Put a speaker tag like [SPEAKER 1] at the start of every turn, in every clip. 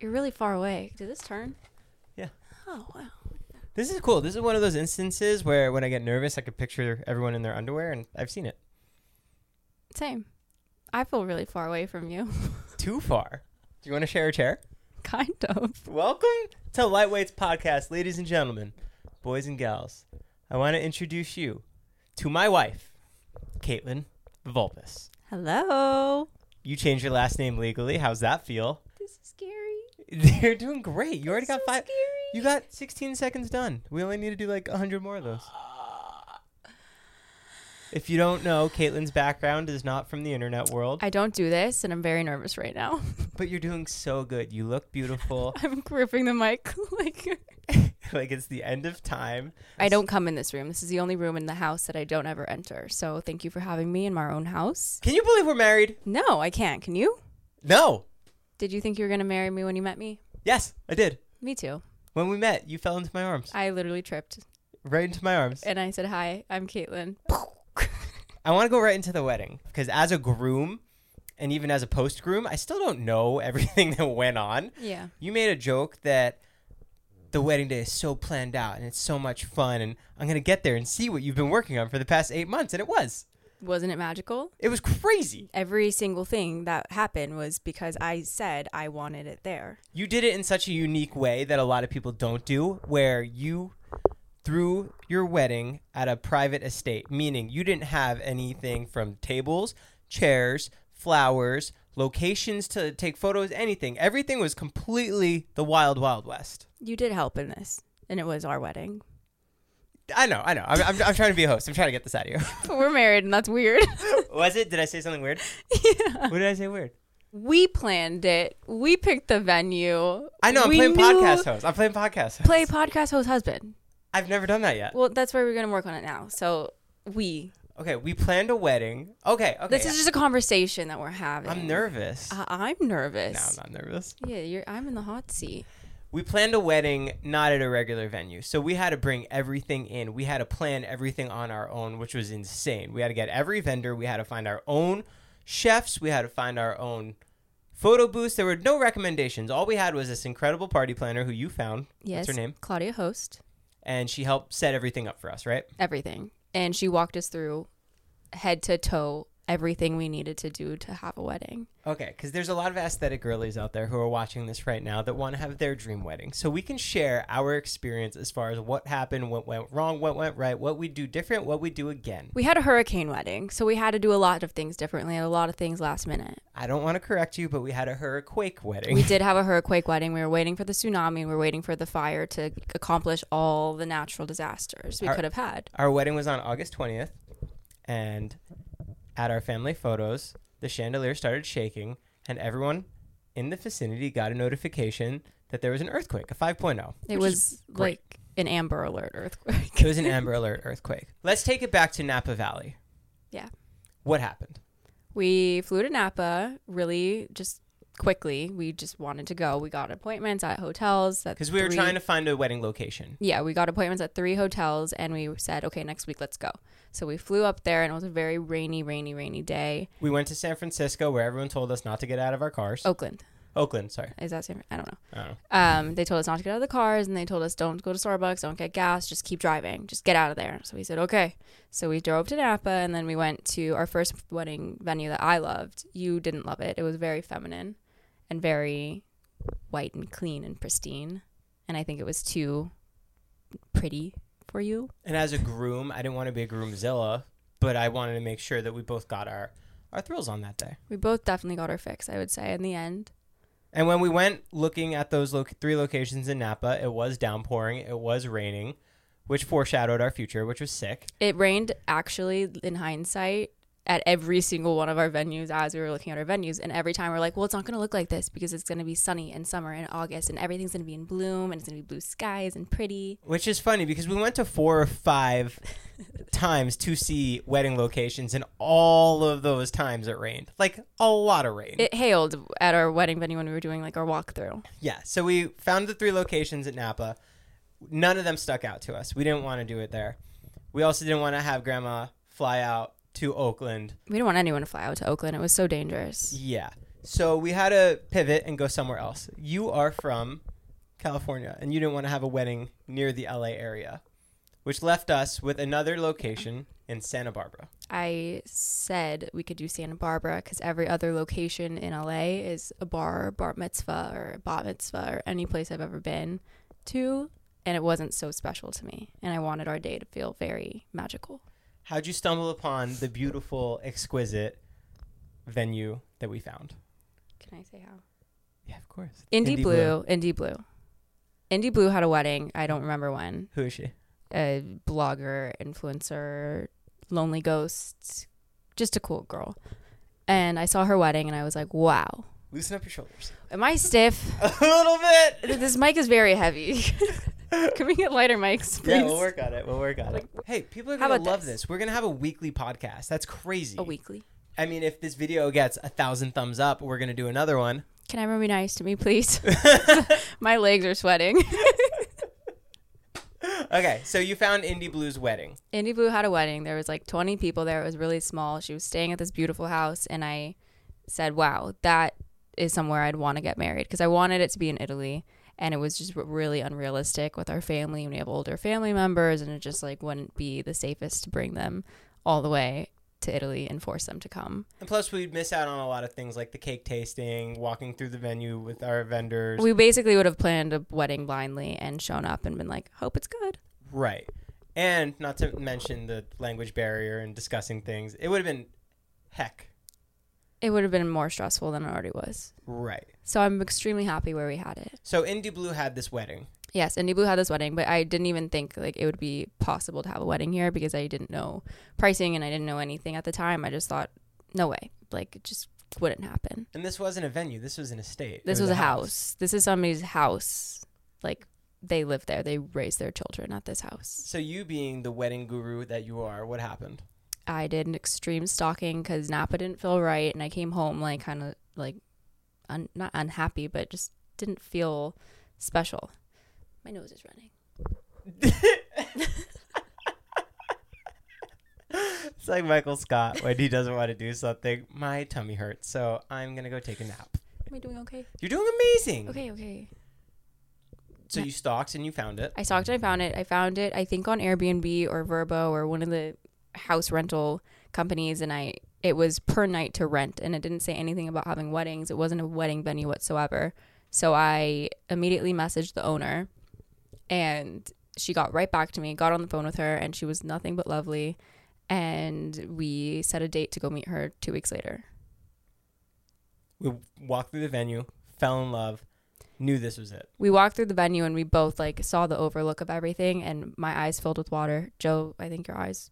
[SPEAKER 1] You're really far away. Did this turn?
[SPEAKER 2] Yeah.
[SPEAKER 1] Oh wow.
[SPEAKER 2] This is cool. This is one of those instances where when I get nervous, I could picture everyone in their underwear, and I've seen it.
[SPEAKER 1] Same. I feel really far away from you.
[SPEAKER 2] Too far. Do you want to share a chair?
[SPEAKER 1] kind of.
[SPEAKER 2] Welcome to Lightweights Podcast, ladies and gentlemen, boys and gals. I want to introduce you to my wife, Caitlin Vulpus.
[SPEAKER 1] Hello.
[SPEAKER 2] You changed your last name legally. How's that feel?
[SPEAKER 1] This is scary.
[SPEAKER 2] You're doing great. You already got
[SPEAKER 1] so
[SPEAKER 2] five.
[SPEAKER 1] scary.
[SPEAKER 2] You got 16 seconds done. We only need to do like 100 more of those. If you don't know, Caitlin's background is not from the internet world,
[SPEAKER 1] I don't do this, and I'm very nervous right now.
[SPEAKER 2] but you're doing so good. You look beautiful.
[SPEAKER 1] I'm gripping the mic like
[SPEAKER 2] like it's the end of time.
[SPEAKER 1] I don't come in this room. This is the only room in the house that I don't ever enter. So thank you for having me in my own house.
[SPEAKER 2] Can you believe we're married?
[SPEAKER 1] No, I can't. Can you?
[SPEAKER 2] No.
[SPEAKER 1] Did you think you were gonna marry me when you met me?
[SPEAKER 2] Yes, I did.
[SPEAKER 1] Me too.
[SPEAKER 2] When we met, you fell into my arms.
[SPEAKER 1] I literally tripped,
[SPEAKER 2] right into my arms.
[SPEAKER 1] and I said, "Hi, I'm Caitlin."
[SPEAKER 2] I want to go right into the wedding because as a groom and even as a post groom, I still don't know everything that went on.
[SPEAKER 1] yeah.
[SPEAKER 2] You made a joke that the wedding day is so planned out and it's so much fun and I'm going to get there and see what you've been working on for the past 8 months and it was.
[SPEAKER 1] Wasn't it magical?
[SPEAKER 2] It was crazy.
[SPEAKER 1] Every single thing that happened was because I said I wanted it there.
[SPEAKER 2] you did it in such a unique way that a lot of people don't do where you threw your wedding at a private estate meaning you didn't have anything from tables chairs flowers locations to take photos anything everything was completely the wild wild west
[SPEAKER 1] You did help in this, and it was our wedding.
[SPEAKER 2] i know i know i'm, I'm, I'm trying to be a host i'm trying to get this out of you
[SPEAKER 1] But we're married, and that's weird.
[SPEAKER 2] was it did i say something weird yeah what did i say weird
[SPEAKER 1] we planned it. We picked the venue.
[SPEAKER 2] i know i'm
[SPEAKER 1] We
[SPEAKER 2] playing
[SPEAKER 1] knew-
[SPEAKER 2] podcast host i'm playing podcast host.
[SPEAKER 1] Play podcast host husband.
[SPEAKER 2] i've never done that yet
[SPEAKER 1] Well, that's why we're gonna work on it now. So we.
[SPEAKER 2] okay we planned a wedding okay okay
[SPEAKER 1] This is just Uh, a conversation that we're having.
[SPEAKER 2] i'm nervous
[SPEAKER 1] I- I'm nervous.
[SPEAKER 2] No, I'm not nervous.
[SPEAKER 1] Yeah, you're. I'm in the hot seat.
[SPEAKER 2] We planned a wedding not at a regular venue. So we had to bring everything in. We had to plan everything on our own, which was insane. We had to get every vendor. We had to find our own chefs. We had to find our own photo booths. There were no recommendations. All we had was this incredible party planner who you found.
[SPEAKER 1] Yes.
[SPEAKER 2] What's her name?
[SPEAKER 1] Claudia Host.
[SPEAKER 2] And she helped set everything up for us, right?
[SPEAKER 1] Everything, and she walked us through, head to toe, everything we needed to do to have a wedding.
[SPEAKER 2] Okay, because there's a lot of aesthetic girlies out there who are watching this right now that want to have their dream wedding. So we can share our experience as far as what happened, what went wrong, what went right, what we do different, what we do again.
[SPEAKER 1] We had a hurricane wedding, so we had to do a lot of things differently and a lot of things last minute.
[SPEAKER 2] I don't want to correct you, but we had a hurricane wedding.
[SPEAKER 1] We did have a hurricane wedding. We were waiting for the tsunami. We were waiting for the fire to accomplish all the natural disasters we
[SPEAKER 2] Our-
[SPEAKER 1] could have had.
[SPEAKER 2] Our wedding was on August 20th, and at our family photos, the chandelier started shaking, and everyone in the vicinity got a notification that there was an earthquake, a 5.0.
[SPEAKER 1] It
[SPEAKER 2] which is
[SPEAKER 1] was
[SPEAKER 2] great.
[SPEAKER 1] like an Amber Alert
[SPEAKER 2] It
[SPEAKER 1] earthquake.
[SPEAKER 2] was an Amber Alert earthquake. Let's take it back to Napa Valley.
[SPEAKER 1] yeah.
[SPEAKER 2] What happened?
[SPEAKER 1] We flew to Napa really just quickly. We just wanted to go. We got appointments at hotels.
[SPEAKER 2] Because we were trying to find a wedding location.
[SPEAKER 1] yeah, we got appointments at three hotels and we said, okay, next week, let's go. So we flew up there and it was a very rainy, rainy, rainy day.
[SPEAKER 2] We went to San Francisco where everyone told us not to get out of our cars.
[SPEAKER 1] Oakland.
[SPEAKER 2] Oakland, sorry.
[SPEAKER 1] Is that same? I don't know.
[SPEAKER 2] Oh.
[SPEAKER 1] Um, they told us not to get out of the cars and they told us don't go to Starbucks, don't get gas, just keep driving, just get out of there. So we said, okay. So we drove to Napa and then we went to our first wedding venue that I loved. You didn't love it. It was very feminine and very white and clean and pristine, and I think it was too pretty for you.
[SPEAKER 2] And as a groom, I didn't want to be a groomzilla, but I wanted to make sure that we both got our our thrills on that day.
[SPEAKER 1] We both definitely got our fix, I would say, in the end.
[SPEAKER 2] And when we went looking at those lo- three locations in Napa, it was downpouring, it was raining, which foreshadowed our future, which was sick.
[SPEAKER 1] It rained actually in hindsight at every single one of our venues as we were looking at our venues and every time we're like well it's not going to look like this because it's going to be sunny in summer and august and everything's going to be in bloom and it's going to be blue skies and pretty
[SPEAKER 2] Which is funny because we went to four or five times to see wedding locations, and all of those times it rained. Like a lot of rain.
[SPEAKER 1] it hailed at our wedding venue when we were doing like our walkthrough
[SPEAKER 2] yeah. So we found the three locations at Napa. None of them stuck out to us. We didn't want to do it there. We also didn't want to have grandma fly out to Oakland.
[SPEAKER 1] we didn't want anyone to fly out to oakland it was so dangerous
[SPEAKER 2] Yeah. So we had to pivot and go somewhere else. You are from California, and you didn't want to have a wedding near the LA area, which left us with another location in Santa Barbara.
[SPEAKER 1] i said we could do santa barbara because every other location in la is a bar bar mitzvah or a bat mitzvah or any place i've ever been to and it wasn't so special to me and i wanted our day to feel very magical
[SPEAKER 2] How'd you stumble upon the beautiful, exquisite venue that we found?
[SPEAKER 1] Can I say how?
[SPEAKER 2] Yeah, of course.
[SPEAKER 1] Indie, Blue, Indie Blue. Indie Blue had a wedding. I don't remember when.
[SPEAKER 2] Who is she?
[SPEAKER 1] A blogger, influencer, lonely ghost, just a cool girl. And I saw her wedding and I was like, wow.
[SPEAKER 2] Loosen up your shoulders.
[SPEAKER 1] Am I stiff?
[SPEAKER 2] A little bit.
[SPEAKER 1] this mic is very heavy. Can we get lighter mics, please?
[SPEAKER 2] Yeah, we'll work on it. We'll work on it. Hey, people are
[SPEAKER 1] How
[SPEAKER 2] gonna
[SPEAKER 1] about
[SPEAKER 2] love
[SPEAKER 1] this?
[SPEAKER 2] this. We're gonna have a weekly podcast. That's crazy.
[SPEAKER 1] A weekly.
[SPEAKER 2] I mean, if this video gets a thousand thumbs up, we're gonna do another one.
[SPEAKER 1] Can everyone be nice to me, please? My legs are sweating.
[SPEAKER 2] Okay, so you found Indie Blue's wedding.
[SPEAKER 1] Indie Blue had a wedding. There was like 20 people there. It was really small. She was staying at this beautiful house, and I said, "Wow, that is somewhere I'd want to get married," because I wanted it to be in Italy, and it was just r- really unrealistic with our family. And we have older family members, and it just like wouldn't be the safest to bring them all the way to Italy and force them to come.
[SPEAKER 2] And plus, we'd miss out on a lot of things like the cake tasting, walking through the venue with our vendors.
[SPEAKER 1] We basically would have planned a wedding blindly and shown up and been like, "Hope it's good."
[SPEAKER 2] Right. And not to mention the language barrier and discussing things. It would have been heck.
[SPEAKER 1] It would have been more stressful than it already was.
[SPEAKER 2] Right.
[SPEAKER 1] So I'm extremely happy where we had it.
[SPEAKER 2] So Indie Blue had this wedding.
[SPEAKER 1] Yes, Indie Blue had this wedding, but I didn't even think like it would be possible to have a wedding here because I didn't know pricing and I didn't know anything at the time. I just thought, no way, like it just wouldn't happen.
[SPEAKER 2] And this wasn't a venue, this was an estate.
[SPEAKER 1] This was, a house. This is somebody's house. Like they live there. They raise their children at this house.
[SPEAKER 2] So you being the wedding guru that you are, what happened?
[SPEAKER 1] I did an extreme stalking because Napa didn't feel right, and I came home like kind of like un- not unhappy, but just didn't feel special. My nose is running.
[SPEAKER 2] It's like Michael Scott when he doesn't want to do something. My tummy hurts, so I'm gonna go take a nap.
[SPEAKER 1] Am I doing okay?
[SPEAKER 2] You're doing amazing.
[SPEAKER 1] Okay, okay.
[SPEAKER 2] So you stalked and you found it.
[SPEAKER 1] I stalked and I found it. I found it, I think, on Airbnb or Verbo or one of the house rental companies, and I it was per night to rent, and it didn't say anything about having weddings. It wasn't a wedding venue whatsoever. So I immediately messaged the owner, and she got right back to me. Got on the phone with her, and she was nothing but lovely. And we set a date to go meet her two weeks later.
[SPEAKER 2] We walked through the venue, fell in love, knew this was it.
[SPEAKER 1] we walked through the venue and we both like saw the overlook of everything and my eyes filled with water joe i think your eyes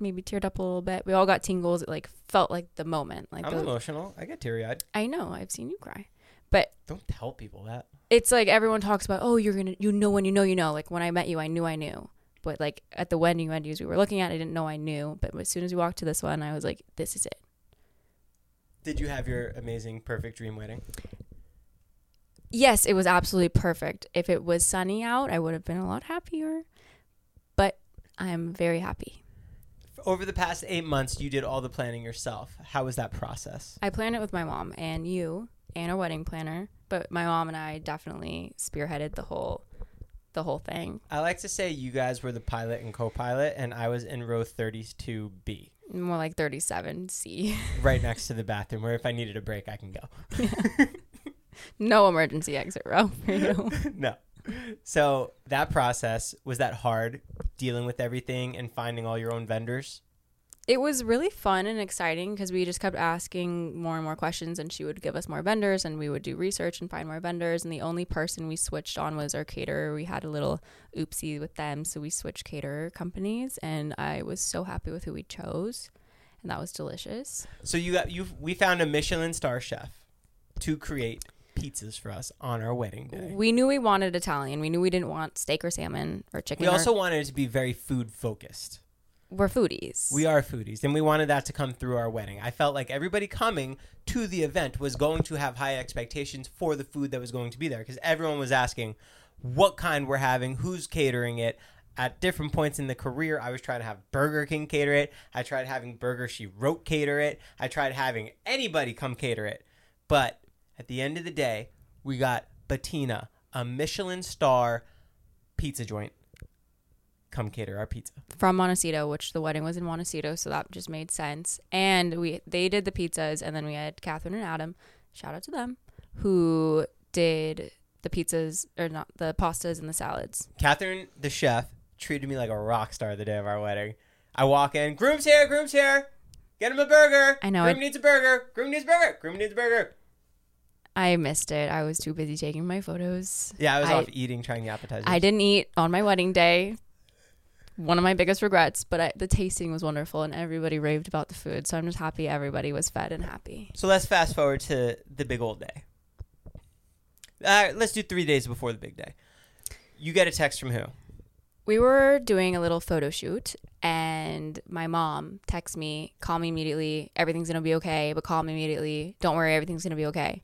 [SPEAKER 1] maybe teared up a little bit we all got tingles it like felt like the moment like
[SPEAKER 2] I'm
[SPEAKER 1] the-
[SPEAKER 2] emotional. I get teary eyed.
[SPEAKER 1] i know i've seen you cry but
[SPEAKER 2] Don't tell people that.
[SPEAKER 1] it's like everyone talks about oh you're gonna you know when you know you know like when i met you i knew i knew but like at the wedding venues we were looking at i didn't know i knew but as soon as we walked to this one i was like this is it
[SPEAKER 2] Did you have your amazing, perfect dream wedding?
[SPEAKER 1] yes, it was absolutely perfect. If it was sunny out, I would have been a lot happier. But I'm very happy.
[SPEAKER 2] Over the past eight months, you did all the planning yourself. How was that process?
[SPEAKER 1] I planned it with my mom and you and our wedding planner, but my mom and I definitely spearheaded the whole the whole thing.
[SPEAKER 2] I like to say you guys were the pilot and co pilot, and I was in row 32B,
[SPEAKER 1] More like 37C.
[SPEAKER 2] right next to the bathroom, where if I needed a break, I can go.
[SPEAKER 1] No emergency exit row for you.
[SPEAKER 2] no. So that process was that hard dealing with everything and finding all your own vendors.
[SPEAKER 1] it was really fun and exciting because we just kept asking more and more questions and she would give us more vendors and we would do research and find more vendors and the only person we switched on was our caterer we had a little oopsie with them so we switched caterer companies and i was so happy with who we chose and that was delicious
[SPEAKER 2] So you got you we found a Michelin star chef to create pizzas for us on our wedding day.
[SPEAKER 1] we knew we wanted italian we knew we didn't want steak or salmon or chicken
[SPEAKER 2] We
[SPEAKER 1] or-
[SPEAKER 2] also wanted it to be very food focused.
[SPEAKER 1] we're foodies
[SPEAKER 2] We are foodies, and we wanted that to come through our wedding. I felt like everybody coming to the event was going to have high expectations for the food that was going to be there because everyone was asking what kind we're having, who's catering it. At different points in the career, I was trying to have Burger King cater it. I tried having Burger She Wrote cater it. I tried having anybody come cater it. But at the end of the day, we got Bettina, a Michelin star pizza joint, come cater our pizza.
[SPEAKER 1] from Montecito, which the wedding was in Montecito, so that just made sense. And we they did the pizzas, and then we had Catherine and Adam, shout out to them, who did the pizzas or not the pastas and the salads.
[SPEAKER 2] Catherine, the chef, treated me like a rock star the day of our wedding. I walk in, groom's here, groom's here. Get him a burger.
[SPEAKER 1] I know,
[SPEAKER 2] Groom
[SPEAKER 1] I-
[SPEAKER 2] needs a burger. Groom needs a burger. Groom needs a burger.
[SPEAKER 1] I missed it. I was too busy taking my photos.
[SPEAKER 2] Yeah, I was
[SPEAKER 1] I,
[SPEAKER 2] off eating, trying the appetizers.
[SPEAKER 1] I didn't eat on my wedding day. One of my biggest regrets, but I, the tasting was wonderful, and everybody raved about the food. So I'm just happy everybody was fed and happy.
[SPEAKER 2] So let's fast forward to the big old day. Uh, let's do three days before the big day. You get a text from who?
[SPEAKER 1] We were doing a little photo shoot, and my mom texts me, "Call me immediately. Everything's gonna be okay, but call me immediately. Don't worry, everything's gonna be okay."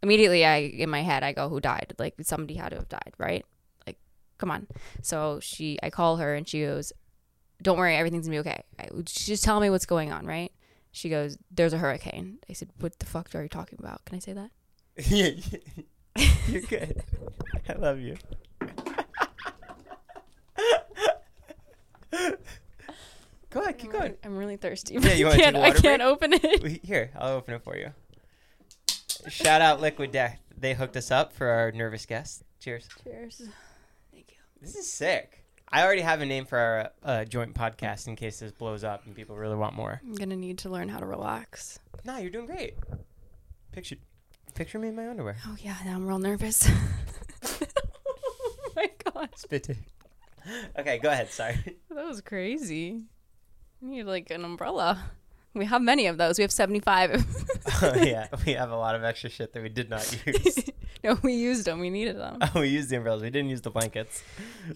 [SPEAKER 1] Immediately, I in my head, I go, "Who died? Like somebody had to have died, right? Like, come on." So she, I call her, and she goes, "Don't worry, everything's gonna be okay. I, she just tell me what's going on, right?" She goes, "There's a hurricane." I said, "What the fuck are you talking about? Can I say that?"
[SPEAKER 2] You're good. I love you. Go ahead, keep going.
[SPEAKER 1] I'm really thirsty.
[SPEAKER 2] Yeah, you
[SPEAKER 1] I
[SPEAKER 2] wanna take
[SPEAKER 1] can't,
[SPEAKER 2] a
[SPEAKER 1] I
[SPEAKER 2] water
[SPEAKER 1] can't open it.
[SPEAKER 2] We- Here, I'll open it for you. Shout out Liquid Death. They hooked us up for our nervous guest. Cheers.
[SPEAKER 1] Cheers. Thank you.
[SPEAKER 2] This is sick. I already have a name for our uh, joint podcast in case this blows up and people really want more.
[SPEAKER 1] I'm gonna need to learn how to relax.
[SPEAKER 2] Nah, you're doing great. Picture, picture me in my underwear.
[SPEAKER 1] Oh yeah, now I'm real nervous. oh my gosh,
[SPEAKER 2] Spit take. Okay, go ahead. Sorry.
[SPEAKER 1] that was crazy. I need like an umbrella. We have many of those. We have 75.
[SPEAKER 2] oh, yeah, we have a lot of extra shit that we did not use.
[SPEAKER 1] no, we used them. We needed them.
[SPEAKER 2] we used the umbrellas. We didn't use the blankets.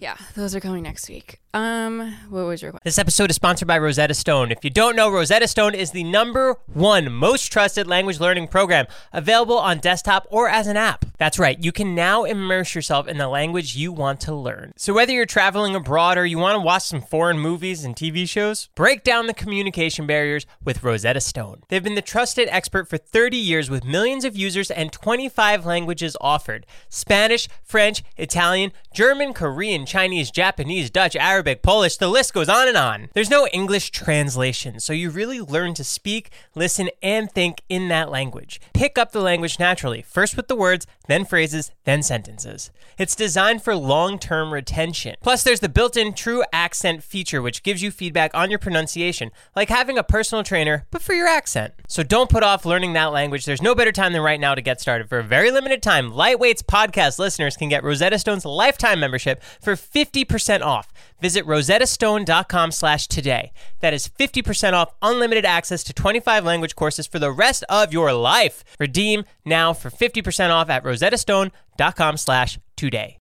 [SPEAKER 1] Yeah, those are coming next week. Um, what was your question?
[SPEAKER 2] This episode is sponsored by Rosetta Stone. If you don't know, Rosetta Stone is the number one most trusted language learning program available on desktop or as an app. That's right, you can now immerse yourself in the language you want to learn. So, whether you're traveling abroad or you want to watch some foreign movies and TV shows, break down the communication barriers with Rosetta Stone. They've been the trusted expert for 30 years with millions of users and 25 languages offered Spanish, French, Italian, German, Korean, Chinese, Japanese, Dutch, Arabic, Polish, the list goes on and on. There's no English translation, so you really learn to speak, listen, and think in that language. Pick up the language naturally, first with the words, then phrases, then sentences. It's designed for long term retention. Plus, there's the built in true accent feature, which gives you feedback on your pronunciation, like having a personal trainer, but for your accent. So don't put off learning that language. There's no better time than right now to get started. For a very limited time, Lightweight's podcast listeners can get Rosetta Stone's lifetime membership for 50% off. Visit rosettastone.com slash today. That is 50% off unlimited access to 25 language courses for the rest of your life. Redeem now for 50% off at rosettastone.com slash today.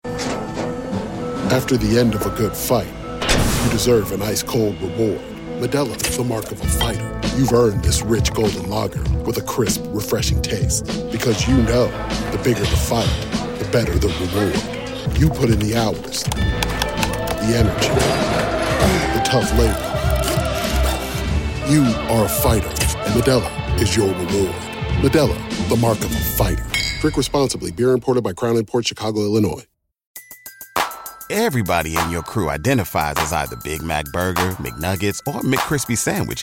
[SPEAKER 3] After the end of a good fight, you deserve an ice cold reward. Medella, the mark of a fighter. You've earned this rich golden lager with a crisp, refreshing taste. Because you know the bigger the fight, the better the reward. You put in the hours, the energy, the tough labor. You are a fighter, and Medella is your reward. Medella, the mark of a fighter. Drink responsibly, beer imported by Crown Port Chicago, Illinois.
[SPEAKER 4] Everybody in your crew identifies as either Big Mac Burger, McNuggets, or McCrispy Sandwich.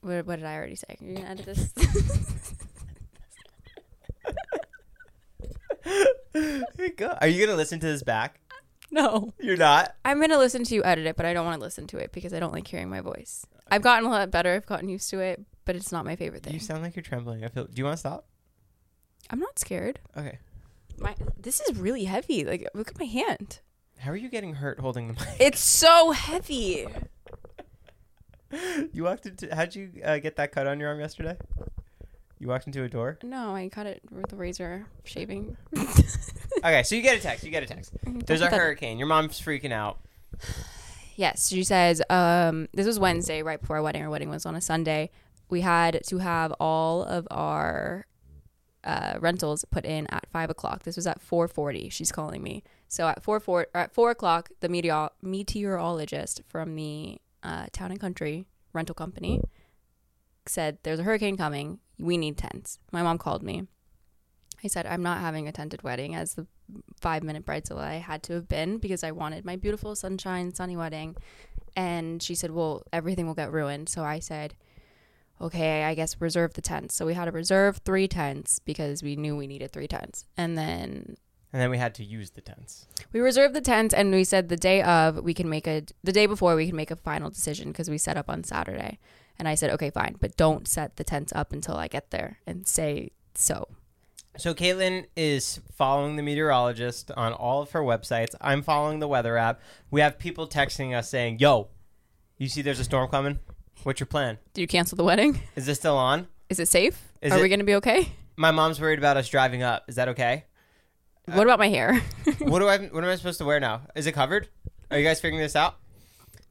[SPEAKER 1] what, what did I already say? You're gonna edit this.
[SPEAKER 2] There you go. Are you gonna listen to this back?
[SPEAKER 1] no.
[SPEAKER 2] You're not.
[SPEAKER 1] I'm gonna listen to you edit it, but I don't want to listen to it because I don't like hearing my voice. I've gotten a lot better. I've gotten used to it, but it's not my favorite
[SPEAKER 2] You
[SPEAKER 1] thing.
[SPEAKER 2] sound like you're trembling. I feel. Do you want to stop?
[SPEAKER 1] I'm not scared.
[SPEAKER 2] Okay.
[SPEAKER 1] My this is really heavy. Like look at my hand.
[SPEAKER 2] How are you getting hurt holding the mic?
[SPEAKER 1] It's so heavy.
[SPEAKER 2] You walked into. How'd you uh, get that cut on your arm yesterday? You walked into a door.
[SPEAKER 1] No, I cut it with a razor shaving.
[SPEAKER 2] Okay, so you get a text. You get a text. There's a
[SPEAKER 1] put that-
[SPEAKER 2] hurricane. Your mom's freaking out.
[SPEAKER 1] Yes, she says, um, this was Wednesday, right before our wedding. Our wedding was on a Sunday. We had to have all of our uh, rentals put in at five o'clock. This was at four forty. She's calling me. So at four four or at four o'clock, the meteor meteorologist from the uh, town and country rental company said, "There's a hurricane coming. We need tents." My mom called me. I said, "I'm not having a tented wedding as the five minute bridezilla I had to have been because I wanted my beautiful sunshine, sunny wedding. And she said, Well, everything will get ruined. So I said, Okay, I guess reserve the tents. So we had to reserve three tents because we knew we needed three tents. And then
[SPEAKER 2] And then we had to use the tents.
[SPEAKER 1] we reserved the tents and we said the day of we can make a the day before we can make a final decision because we set up on Saturday. And I said, Okay, fine, but don't set the tents up until I get there and say so.
[SPEAKER 2] So Caitlin is following the meteorologist on all of her websites. I'm following the weather app. We have people texting us saying, "Yo, you see there's a storm coming? What's your plan?
[SPEAKER 1] Did you cancel the wedding?
[SPEAKER 2] Is this still on?"
[SPEAKER 1] Is it safe?
[SPEAKER 2] Is
[SPEAKER 1] Are
[SPEAKER 2] it-
[SPEAKER 1] we gonna be okay?
[SPEAKER 2] My mom's worried about us driving up. Is that okay? Uh,
[SPEAKER 1] What about my hair?
[SPEAKER 2] what do I? What am I supposed to wear now? Is it covered? Are you guys figuring this out?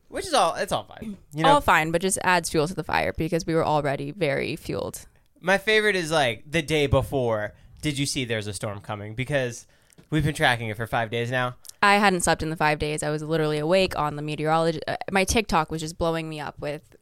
[SPEAKER 2] Which is all. It's all fine. You know,
[SPEAKER 1] all fine, but just adds fuel to the fire because we were already very fueled.
[SPEAKER 2] my favorite is like the day before. Did you see there's a storm coming? Because we've been tracking it for five days now.
[SPEAKER 1] I hadn't slept in the five days. I was literally awake on the meteorology. Uh, my TikTok was just blowing me up with,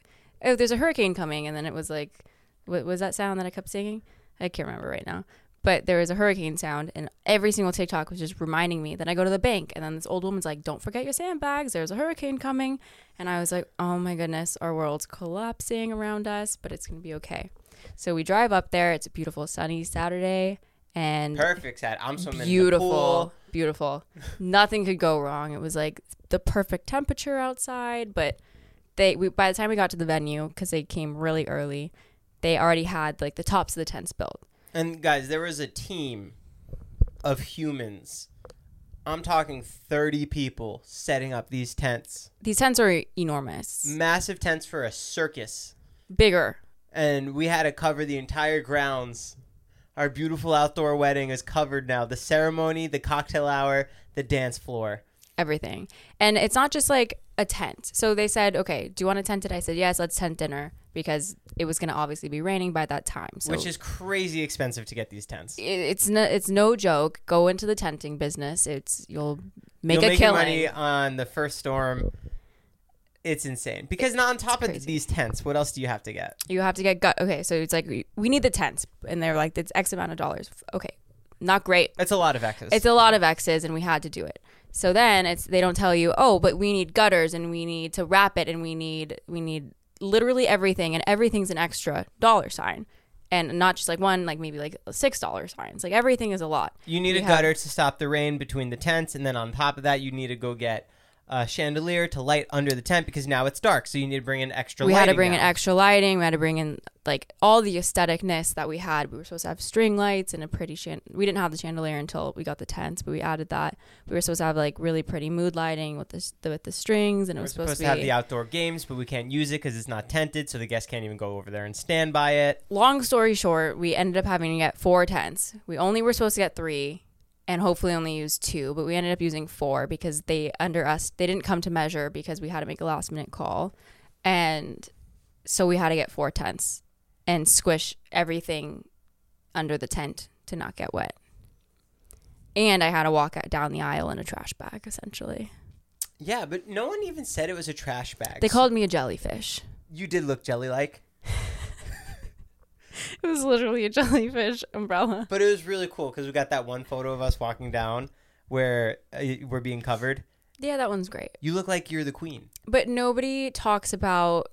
[SPEAKER 1] oh, there's a hurricane coming. And then it was like, what was that sound that I kept singing? I can't remember right now. But there was a hurricane sound, and every single TikTok was just reminding me. Then I go to the bank, and then this old woman's like, don't forget your sandbags. There's a hurricane coming. And I was like, oh my goodness, our world's collapsing around us, but it's going to be okay. So we drive up there. It's a beautiful, sunny Saturday. And
[SPEAKER 2] Perfect set. I'm swimming in the
[SPEAKER 1] beautiful
[SPEAKER 2] pool.
[SPEAKER 1] beautiful nothing could go wrong it was like the perfect temperature outside but they we, by the time we got to the venue because they came really early they already had like the tops of the tents built
[SPEAKER 2] And guys, there was a team of humans. I'm talking 30 people setting up these tents.
[SPEAKER 1] these tents are enormous
[SPEAKER 2] Massive tents for a circus.
[SPEAKER 1] bigger
[SPEAKER 2] and we had to cover the entire grounds. Our beautiful outdoor wedding is covered now. The ceremony, the cocktail hour, the dance floor.
[SPEAKER 1] everything. And it's not just like a tent. So they said, okay, do you want a tent? And I said, yes, let's tent dinner because it was going to obviously be raining by that time. So
[SPEAKER 2] Which is crazy expensive to get these tents.
[SPEAKER 1] it- it's no, it's no joke. Go into the tenting business. It's you'll make
[SPEAKER 2] You'll
[SPEAKER 1] a
[SPEAKER 2] make your
[SPEAKER 1] killing.
[SPEAKER 2] money on the first storm. It's insane. Because now on top of these tents, what else do you have to get?
[SPEAKER 1] you have to get gut. Okay, so it's like we- we need the tents, and they're like it's X amount of dollars. F- Okay, not great.
[SPEAKER 2] It's a lot of excess.
[SPEAKER 1] It's a lot of X's, and we had to do it. So then it's they don't tell you. Oh, but we need gutters, and we need to wrap it, and we need we need literally everything, and everything's an extra dollar sign, and not just like one, like maybe like six dollar signs. Like everything is a lot.
[SPEAKER 2] you need
[SPEAKER 1] We
[SPEAKER 2] a
[SPEAKER 1] have-
[SPEAKER 2] gutter to stop the rain between the tents, and then on top of that, you need to go get a chandelier to light under the tent because now it's dark. So you need to bring in extra.
[SPEAKER 1] we had to
[SPEAKER 2] lighting
[SPEAKER 1] bring in
[SPEAKER 2] now.
[SPEAKER 1] extra lighting. We had to bring in like all the aestheticness that we had. We were supposed to have string lights and a pretty chan. We didn't have the chandelier until we got the tents, but we added that. We were supposed to have like really pretty mood lighting with the, s- the with the strings, and it
[SPEAKER 2] We're
[SPEAKER 1] was supposed, to be
[SPEAKER 2] have the outdoor games, but we can't use it because it's not tented, so the guests can't even go over there and stand by it.
[SPEAKER 1] long story short, we ended up having to get four tents. We only were supposed to get three and hopefully only use two, but we ended up using four because they under us they didn't come to measure because we had to make a last minute call. And so we had to get four tents and squish everything under the tent to not get wet. and I had to walk out down the aisle in a trash bag essentially.
[SPEAKER 2] Yeah, but no one even said it was a trash bag.
[SPEAKER 1] They called me a jellyfish.
[SPEAKER 2] you did look jelly like,
[SPEAKER 1] It was literally a jellyfish umbrella.
[SPEAKER 2] but it was really cool because we got that one photo of us walking down where uh, we're being covered.
[SPEAKER 1] Yeah, that one's great.
[SPEAKER 2] You look like you're the queen.
[SPEAKER 1] But nobody talks about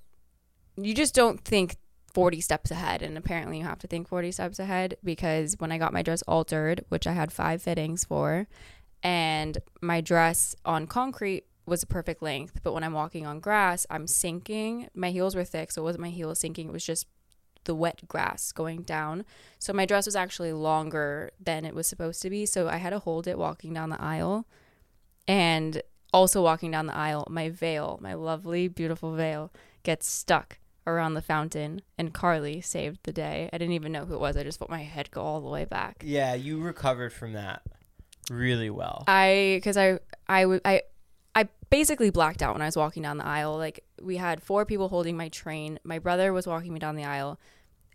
[SPEAKER 1] you just don't think 40 steps ahead and apparently you have to think 40 steps ahead because when I got my dress altered, which I had 5 fittings for, and my dress on concrete was a perfect length, but when I'm walking on grass, I'm sinking. My heels were thick, so it wasn't my heels sinking, it was just the wet grass going down. So my dress was actually longer than it was supposed to be, so I had to hold it walking down the aisle. And also walking down the aisle, my veil, my lovely, beautiful veil, gets stuck around the fountain. And Carly saved the day. I didn't even know who it was. I just felt my head go all the way back.
[SPEAKER 2] Yeah, you recovered from that really well.
[SPEAKER 1] I, because I, I, w- I, I basically blacked out when I was walking down the aisle. Like we had four people holding my train. My brother was walking me down the aisle,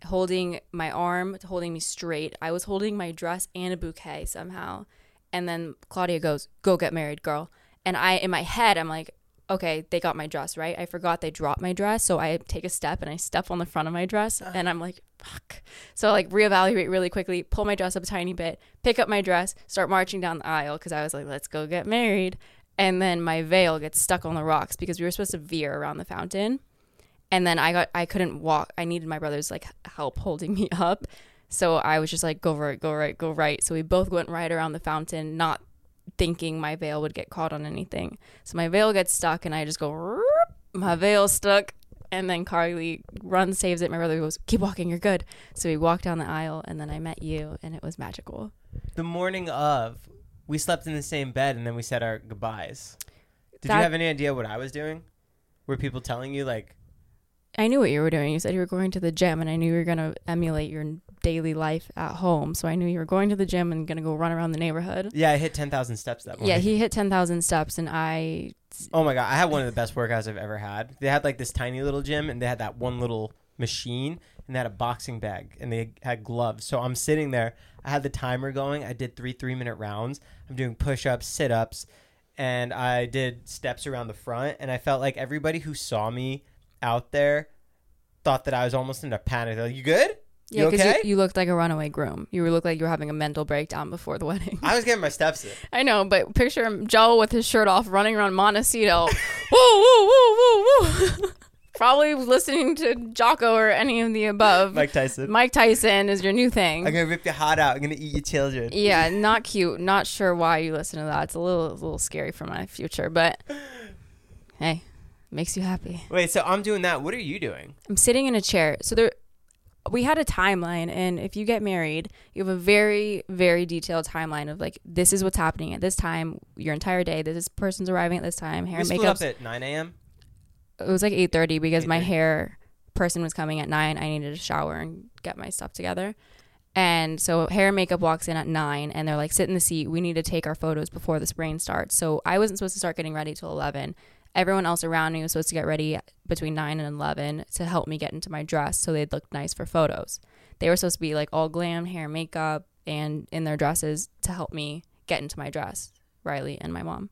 [SPEAKER 1] holding my arm, holding me straight. I was holding my dress and a bouquet somehow. And then Claudia goes, "Go get married, girl." And I in my head, I'm like, "Okay, they got my dress, right? I forgot they dropped my dress." So I take a step and I step on the front of my dress and I'm like, "Fuck." So I like reevaluate really quickly, pull my dress up a tiny bit, pick up my dress, start marching down the aisle cuz I was like, "Let's go get married." and then my veil gets stuck on the rocks because we were supposed to veer around the fountain and then i got i couldn't walk i needed my brother's like help holding me up so i was just like go right go right go right so we both went right around the fountain not thinking my veil would get caught on anything so my veil gets stuck and i just go "Roop," my veil stuck and then carly runs saves it my brother goes keep walking you're good so we walked down the aisle and then i met you and it was magical
[SPEAKER 2] the morning of, we slept in the same bed and then we said our goodbyes. Did
[SPEAKER 1] That-
[SPEAKER 2] you have any idea what I was doing? Were people telling you like,
[SPEAKER 1] I knew what you were doing. You said you were going to the gym, and I knew you were going to emulate your daily life at home. So I knew you were going to the gym and going to go run around the neighborhood.
[SPEAKER 2] yeah, I hit ten thousand steps that morning.
[SPEAKER 1] Yeah, he hit 10,000 steps, and I.
[SPEAKER 2] Oh my god, I had one of the best workouts I've ever had. They had like this tiny little gym and they had that one little machine and they had a boxing bag and they had gloves. So I'm sitting there, I had the timer going, I did three three minute rounds. I'm doing push ups, sit ups, and I did steps around the front and I felt like everybody who saw me out there thought that I was almost in a panic. They're like, You good?
[SPEAKER 1] Yeah,
[SPEAKER 2] you okay?
[SPEAKER 1] you, looked like a runaway groom. You looked like you were having a mental breakdown before the wedding.
[SPEAKER 2] I was getting my steps in.
[SPEAKER 1] I know, but picture him, Joe with his shirt off, running around Montecito. woo, woo, woo, woo, woo. Probably listening to Jocko or any of the above.
[SPEAKER 2] Mike Tyson.
[SPEAKER 1] Mike Tyson is your new thing.
[SPEAKER 2] I'm gonna rip your heart out, I'm gonna eat your children.
[SPEAKER 1] Yeah, not cute. Not sure why you listen to that. It's a little a little scary for my future, but hey, makes you happy.
[SPEAKER 2] Wait, so I'm doing that. What are you doing?
[SPEAKER 1] I'm sitting in a chair. So there we had a timeline and if you get married, you have a very very detailed timeline of like this is what's happening at this time, your entire day. This person's arriving at this time, hair
[SPEAKER 2] We
[SPEAKER 1] and
[SPEAKER 2] split
[SPEAKER 1] makeup.
[SPEAKER 2] up at 9 a.m.
[SPEAKER 1] It was like 8:30 because my hair person was coming at 9. I needed to shower and get my stuff together. And so hair and makeup walks in at nine, and they're like, "Sit in the seat. We need to take our photos before this rain starts." So I wasn't supposed to start getting ready till eleven. Everyone else around me was supposed to get ready between nine and eleven to help me get into my dress so they'd look nice for photos. They were supposed to be like all glam, hair, and makeup, and in their dresses to help me get into my dress. Riley and my mom.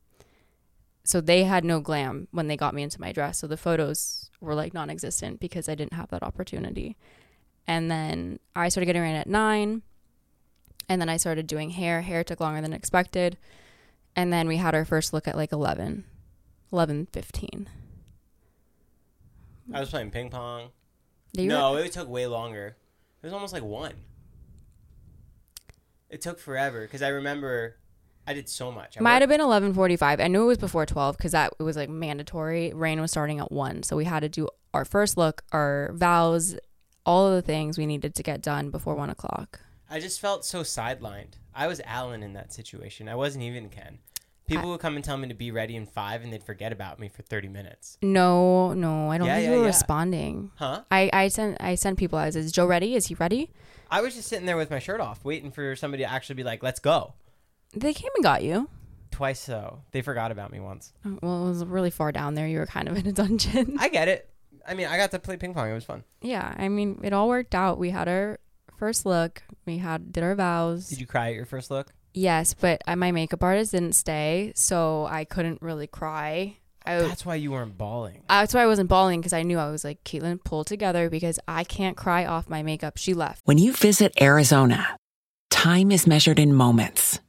[SPEAKER 1] So they had no glam when they got me into my dress. So the photos were like non-existent because I didn't have that opportunity and then I started getting ready at nine, and then I started doing hair. Hair took longer than expected, and then we had our first look at like 11, 11.15.
[SPEAKER 2] I was playing ping pong.
[SPEAKER 1] Did you-
[SPEAKER 2] no, it took way longer. It was almost like one. It took forever because I remember I did so much. I
[SPEAKER 1] Might have
[SPEAKER 2] worked-
[SPEAKER 1] been 11:45. I knew it was before 12 cuz that it was like mandatory. Rain was starting at 1, so we had to do our first look, our vows, all of the things we needed to get done before 1 o'clock.
[SPEAKER 2] I just felt so sidelined. I was Alan in that situation. I wasn't even Ken. People would come and tell me to be ready in five, and they'd forget about me for thirty minutes.
[SPEAKER 1] No, no, I don't
[SPEAKER 2] Yeah,
[SPEAKER 1] think
[SPEAKER 2] yeah,
[SPEAKER 1] you were
[SPEAKER 2] yeah.
[SPEAKER 1] responding.
[SPEAKER 2] Huh?
[SPEAKER 1] I I sent I sent people as is Joe ready? Is he ready?
[SPEAKER 2] I was just sitting there with my shirt off, waiting for somebody to actually be like, "Let's go."
[SPEAKER 1] They came and got you.
[SPEAKER 2] Twice so they forgot about me once.
[SPEAKER 1] Oh, Well, it was really far down there. You were kind of in a dungeon.
[SPEAKER 2] I get it. I mean, I got to play ping pong. It was fun.
[SPEAKER 1] yeah, I mean, it all worked out. We had our first look. We had did our vows.
[SPEAKER 2] Did you cry at your first look?
[SPEAKER 1] Yes, but I, my makeup artist didn't stay, so I couldn't really cry. I, that's,
[SPEAKER 2] That's why you weren't bawling.
[SPEAKER 1] why I wasn't bawling because I knew I was like, Caitlin, pull together because I can't cry off my makeup. She left.
[SPEAKER 5] When you visit Arizona, time is measured in moments,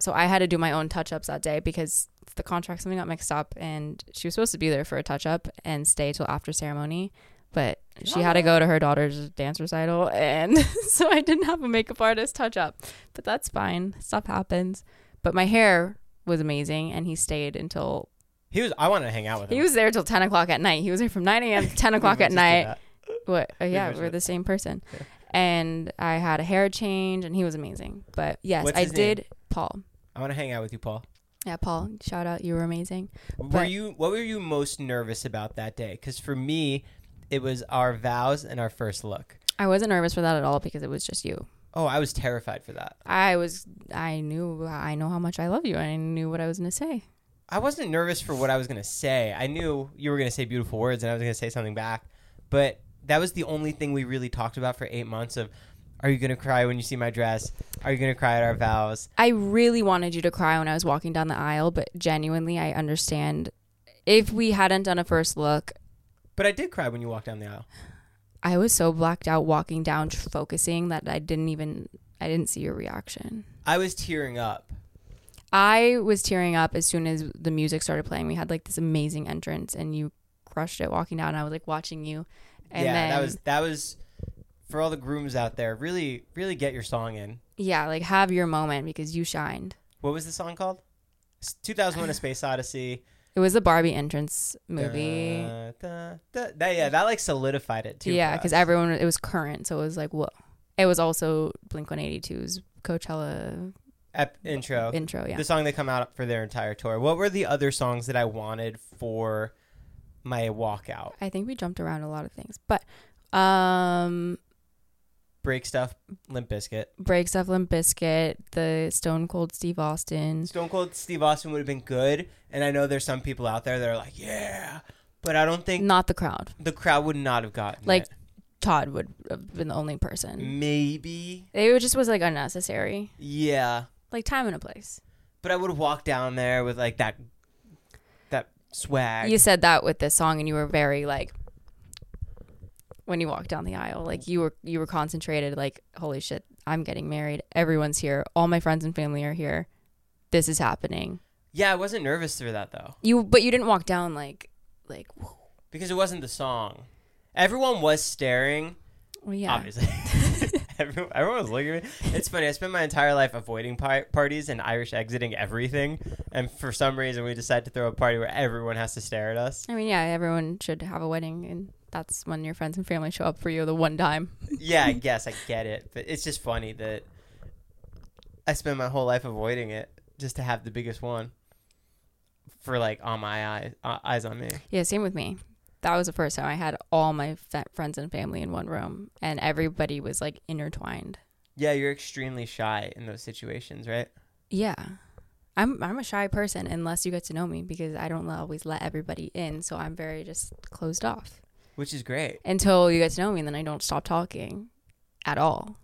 [SPEAKER 1] So I had to do my own touch ups that day because the contract something got mixed up and she was supposed to be there for a touch up and stay till after ceremony. But she had to go to her daughter's dance recital and so I didn't have a makeup artist touch up. But that's fine. Stuff happens. But my hair was amazing and he stayed until
[SPEAKER 2] He was. I wanted to hang out with him.
[SPEAKER 1] he was there till ten o'clock at night. He was there from nine AM to ten o'clock at
[SPEAKER 2] Oh. Just did
[SPEAKER 1] night.
[SPEAKER 2] that.
[SPEAKER 1] What? Uh, yeah,
[SPEAKER 2] much
[SPEAKER 1] we're the same person. And I had a hair change, and he was amazing. But yes,
[SPEAKER 2] What's
[SPEAKER 1] I
[SPEAKER 2] his name?
[SPEAKER 1] did. Paul.
[SPEAKER 2] I want to hang out with you, Paul.
[SPEAKER 1] Yeah, Paul. Shout out. You were amazing.
[SPEAKER 2] were
[SPEAKER 1] But-
[SPEAKER 2] you? What were you most nervous about that day? Because for me, it was our vows and our first look.
[SPEAKER 1] I wasn't nervous for that at all because it was just you.
[SPEAKER 2] Oh, I was terrified for that.
[SPEAKER 1] I was. I knew. I know how much I love you, and I knew what I was gonna say.
[SPEAKER 2] I wasn't nervous for what I was gonna say. I knew you were gonna say beautiful words, and I was gonna say something back. But that was the only thing we really talked about for eight months. Of, are you gonna cry when you see my dress? Are you gonna cry at our vows?
[SPEAKER 1] I really wanted you to cry when I was walking down the aisle, but genuinely, I understand. If we hadn't done a first look,
[SPEAKER 2] But I did cry when you walked down the aisle.
[SPEAKER 1] I was so blacked out walking down, tr- focusing that I didn't even. I didn't see your reaction.
[SPEAKER 2] I was tearing up.
[SPEAKER 1] I was tearing up as soon as the music started playing. We had like this amazing entrance, and you crushed it walking down. I was like watching you, and
[SPEAKER 2] yeah,
[SPEAKER 1] then
[SPEAKER 2] that was that was for all the grooms out there. Really, really get your song in.
[SPEAKER 1] yeah, like have your moment because you shined.
[SPEAKER 2] What was the song called? S- 2001: A Space Odyssey.
[SPEAKER 1] It was the Barbie entrance movie. Yeah, 'cause
[SPEAKER 2] Da, da, da. That, yeah, that like solidified it too.
[SPEAKER 1] yeah,
[SPEAKER 2] because
[SPEAKER 1] because everyone it was current, so it was like whoa. It was also Blink 182's Coachella
[SPEAKER 2] Ep- intro.
[SPEAKER 1] intro. Yeah,
[SPEAKER 2] The song that come out for their entire tour. What were the other songs that I wanted for my walkout?
[SPEAKER 1] I think we jumped around a lot of things, but um,
[SPEAKER 2] Break stuff, Limp Bizkit.
[SPEAKER 1] Break Stuff, Limp Biscuit, the Stone Cold Steve Austin.
[SPEAKER 2] Stone Cold Steve Austin would have been good, and I know there's some people out there that are like, yeah, but I don't think
[SPEAKER 1] Not the crowd.
[SPEAKER 2] the crowd would not have gotten
[SPEAKER 1] Like
[SPEAKER 2] it.
[SPEAKER 1] Todd would have been the only person.
[SPEAKER 2] maybe,
[SPEAKER 1] It was- just was like unnecessary,
[SPEAKER 2] yeah.
[SPEAKER 1] like time and a place.
[SPEAKER 2] But I would have walked down there with like that, that swag.
[SPEAKER 1] You said that with this song, and you were very like when you walked down the aisle, like you were you were concentrated. Like holy shit, I'm getting married. Everyone's here. All my friends and family are here. This is happening.
[SPEAKER 2] Yeah, I wasn't nervous for that though.
[SPEAKER 1] You, but you didn't walk down like like. whoa.
[SPEAKER 2] because it wasn't the song. Everyone was staring.
[SPEAKER 1] Well, yeah,
[SPEAKER 2] Obviously, everyone, everyone was looking at me. It's funny. I spent my entire life avoiding par- parties and Irish exiting everything, and for some reason, we decided to throw a party where everyone has to stare at us.
[SPEAKER 1] I mean, yeah, everyone should have a wedding, and that's when your friends and family show up for you the one time.
[SPEAKER 2] yeah, I guess I get it, but it's just funny that I spent my whole life avoiding it just to have the biggest one for like on my eyes, uh, eyes on me.
[SPEAKER 1] Yeah, same with me. That was the first time I had all my fa- friends and family in one room, and everybody was like intertwined.
[SPEAKER 2] Yeah, you're extremely shy in those situations, right?
[SPEAKER 1] Yeah. I'm I'm a shy person unless you get to know me because I don't always let everybody in, so I'm very just closed off.
[SPEAKER 2] Which is great.
[SPEAKER 1] Until you get to know me and then I don't stop talking at all.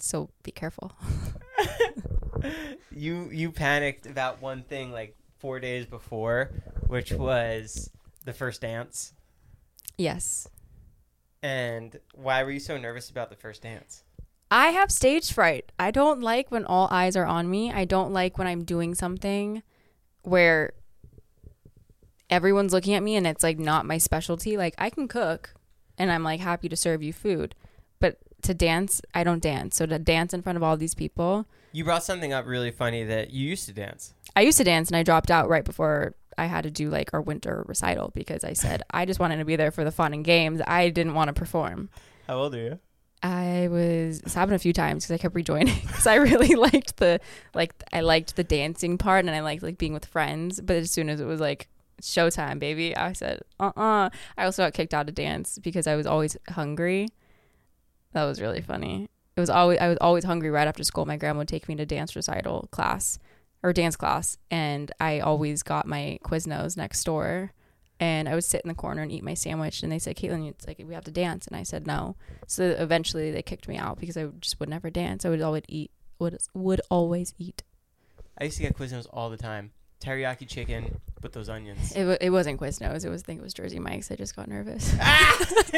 [SPEAKER 1] So be careful.
[SPEAKER 2] you you panicked about one thing like four days before, which was the first dance.
[SPEAKER 1] Yes.
[SPEAKER 2] And why were you so nervous about the first dance?
[SPEAKER 1] I have stage fright. I don't like when all eyes are on me. I don't like when I'm doing something where everyone's looking at me and it's like not my specialty. Like I can cook and I'm like happy to serve you food, but to dance, I don't dance. So to dance in front of all these people,
[SPEAKER 2] You brought something up really funny that you used to dance.
[SPEAKER 1] I used to dance and I dropped out right before I had to do like our winter recital because I said I just wanted to be there for the fun and games. I didn't want to perform.
[SPEAKER 2] How old are you?
[SPEAKER 1] I was this happened a few times because I kept rejoining because I really liked the like I liked the dancing part and I liked like being with friends. But as soon as it was like showtime, baby, I said uh uh I also got kicked out of dance because I was always hungry. That was really funny. It was always I was always hungry right after school. My grandma would take me to dance recital class or dance class, and I always got my Quiznos next door. And I would sit in the corner and eat my sandwich. And they said, Caitlin, it's like we have to dance. And I said no. So eventually they kicked me out because I just would never dance. I would always eat. Would would always eat.
[SPEAKER 2] I used to get Quiznos all the time. Teriyaki chicken with those onions.
[SPEAKER 1] It, wa- it wasn't Quiznos. It was I think it was Jersey Mike's. I just got nervous.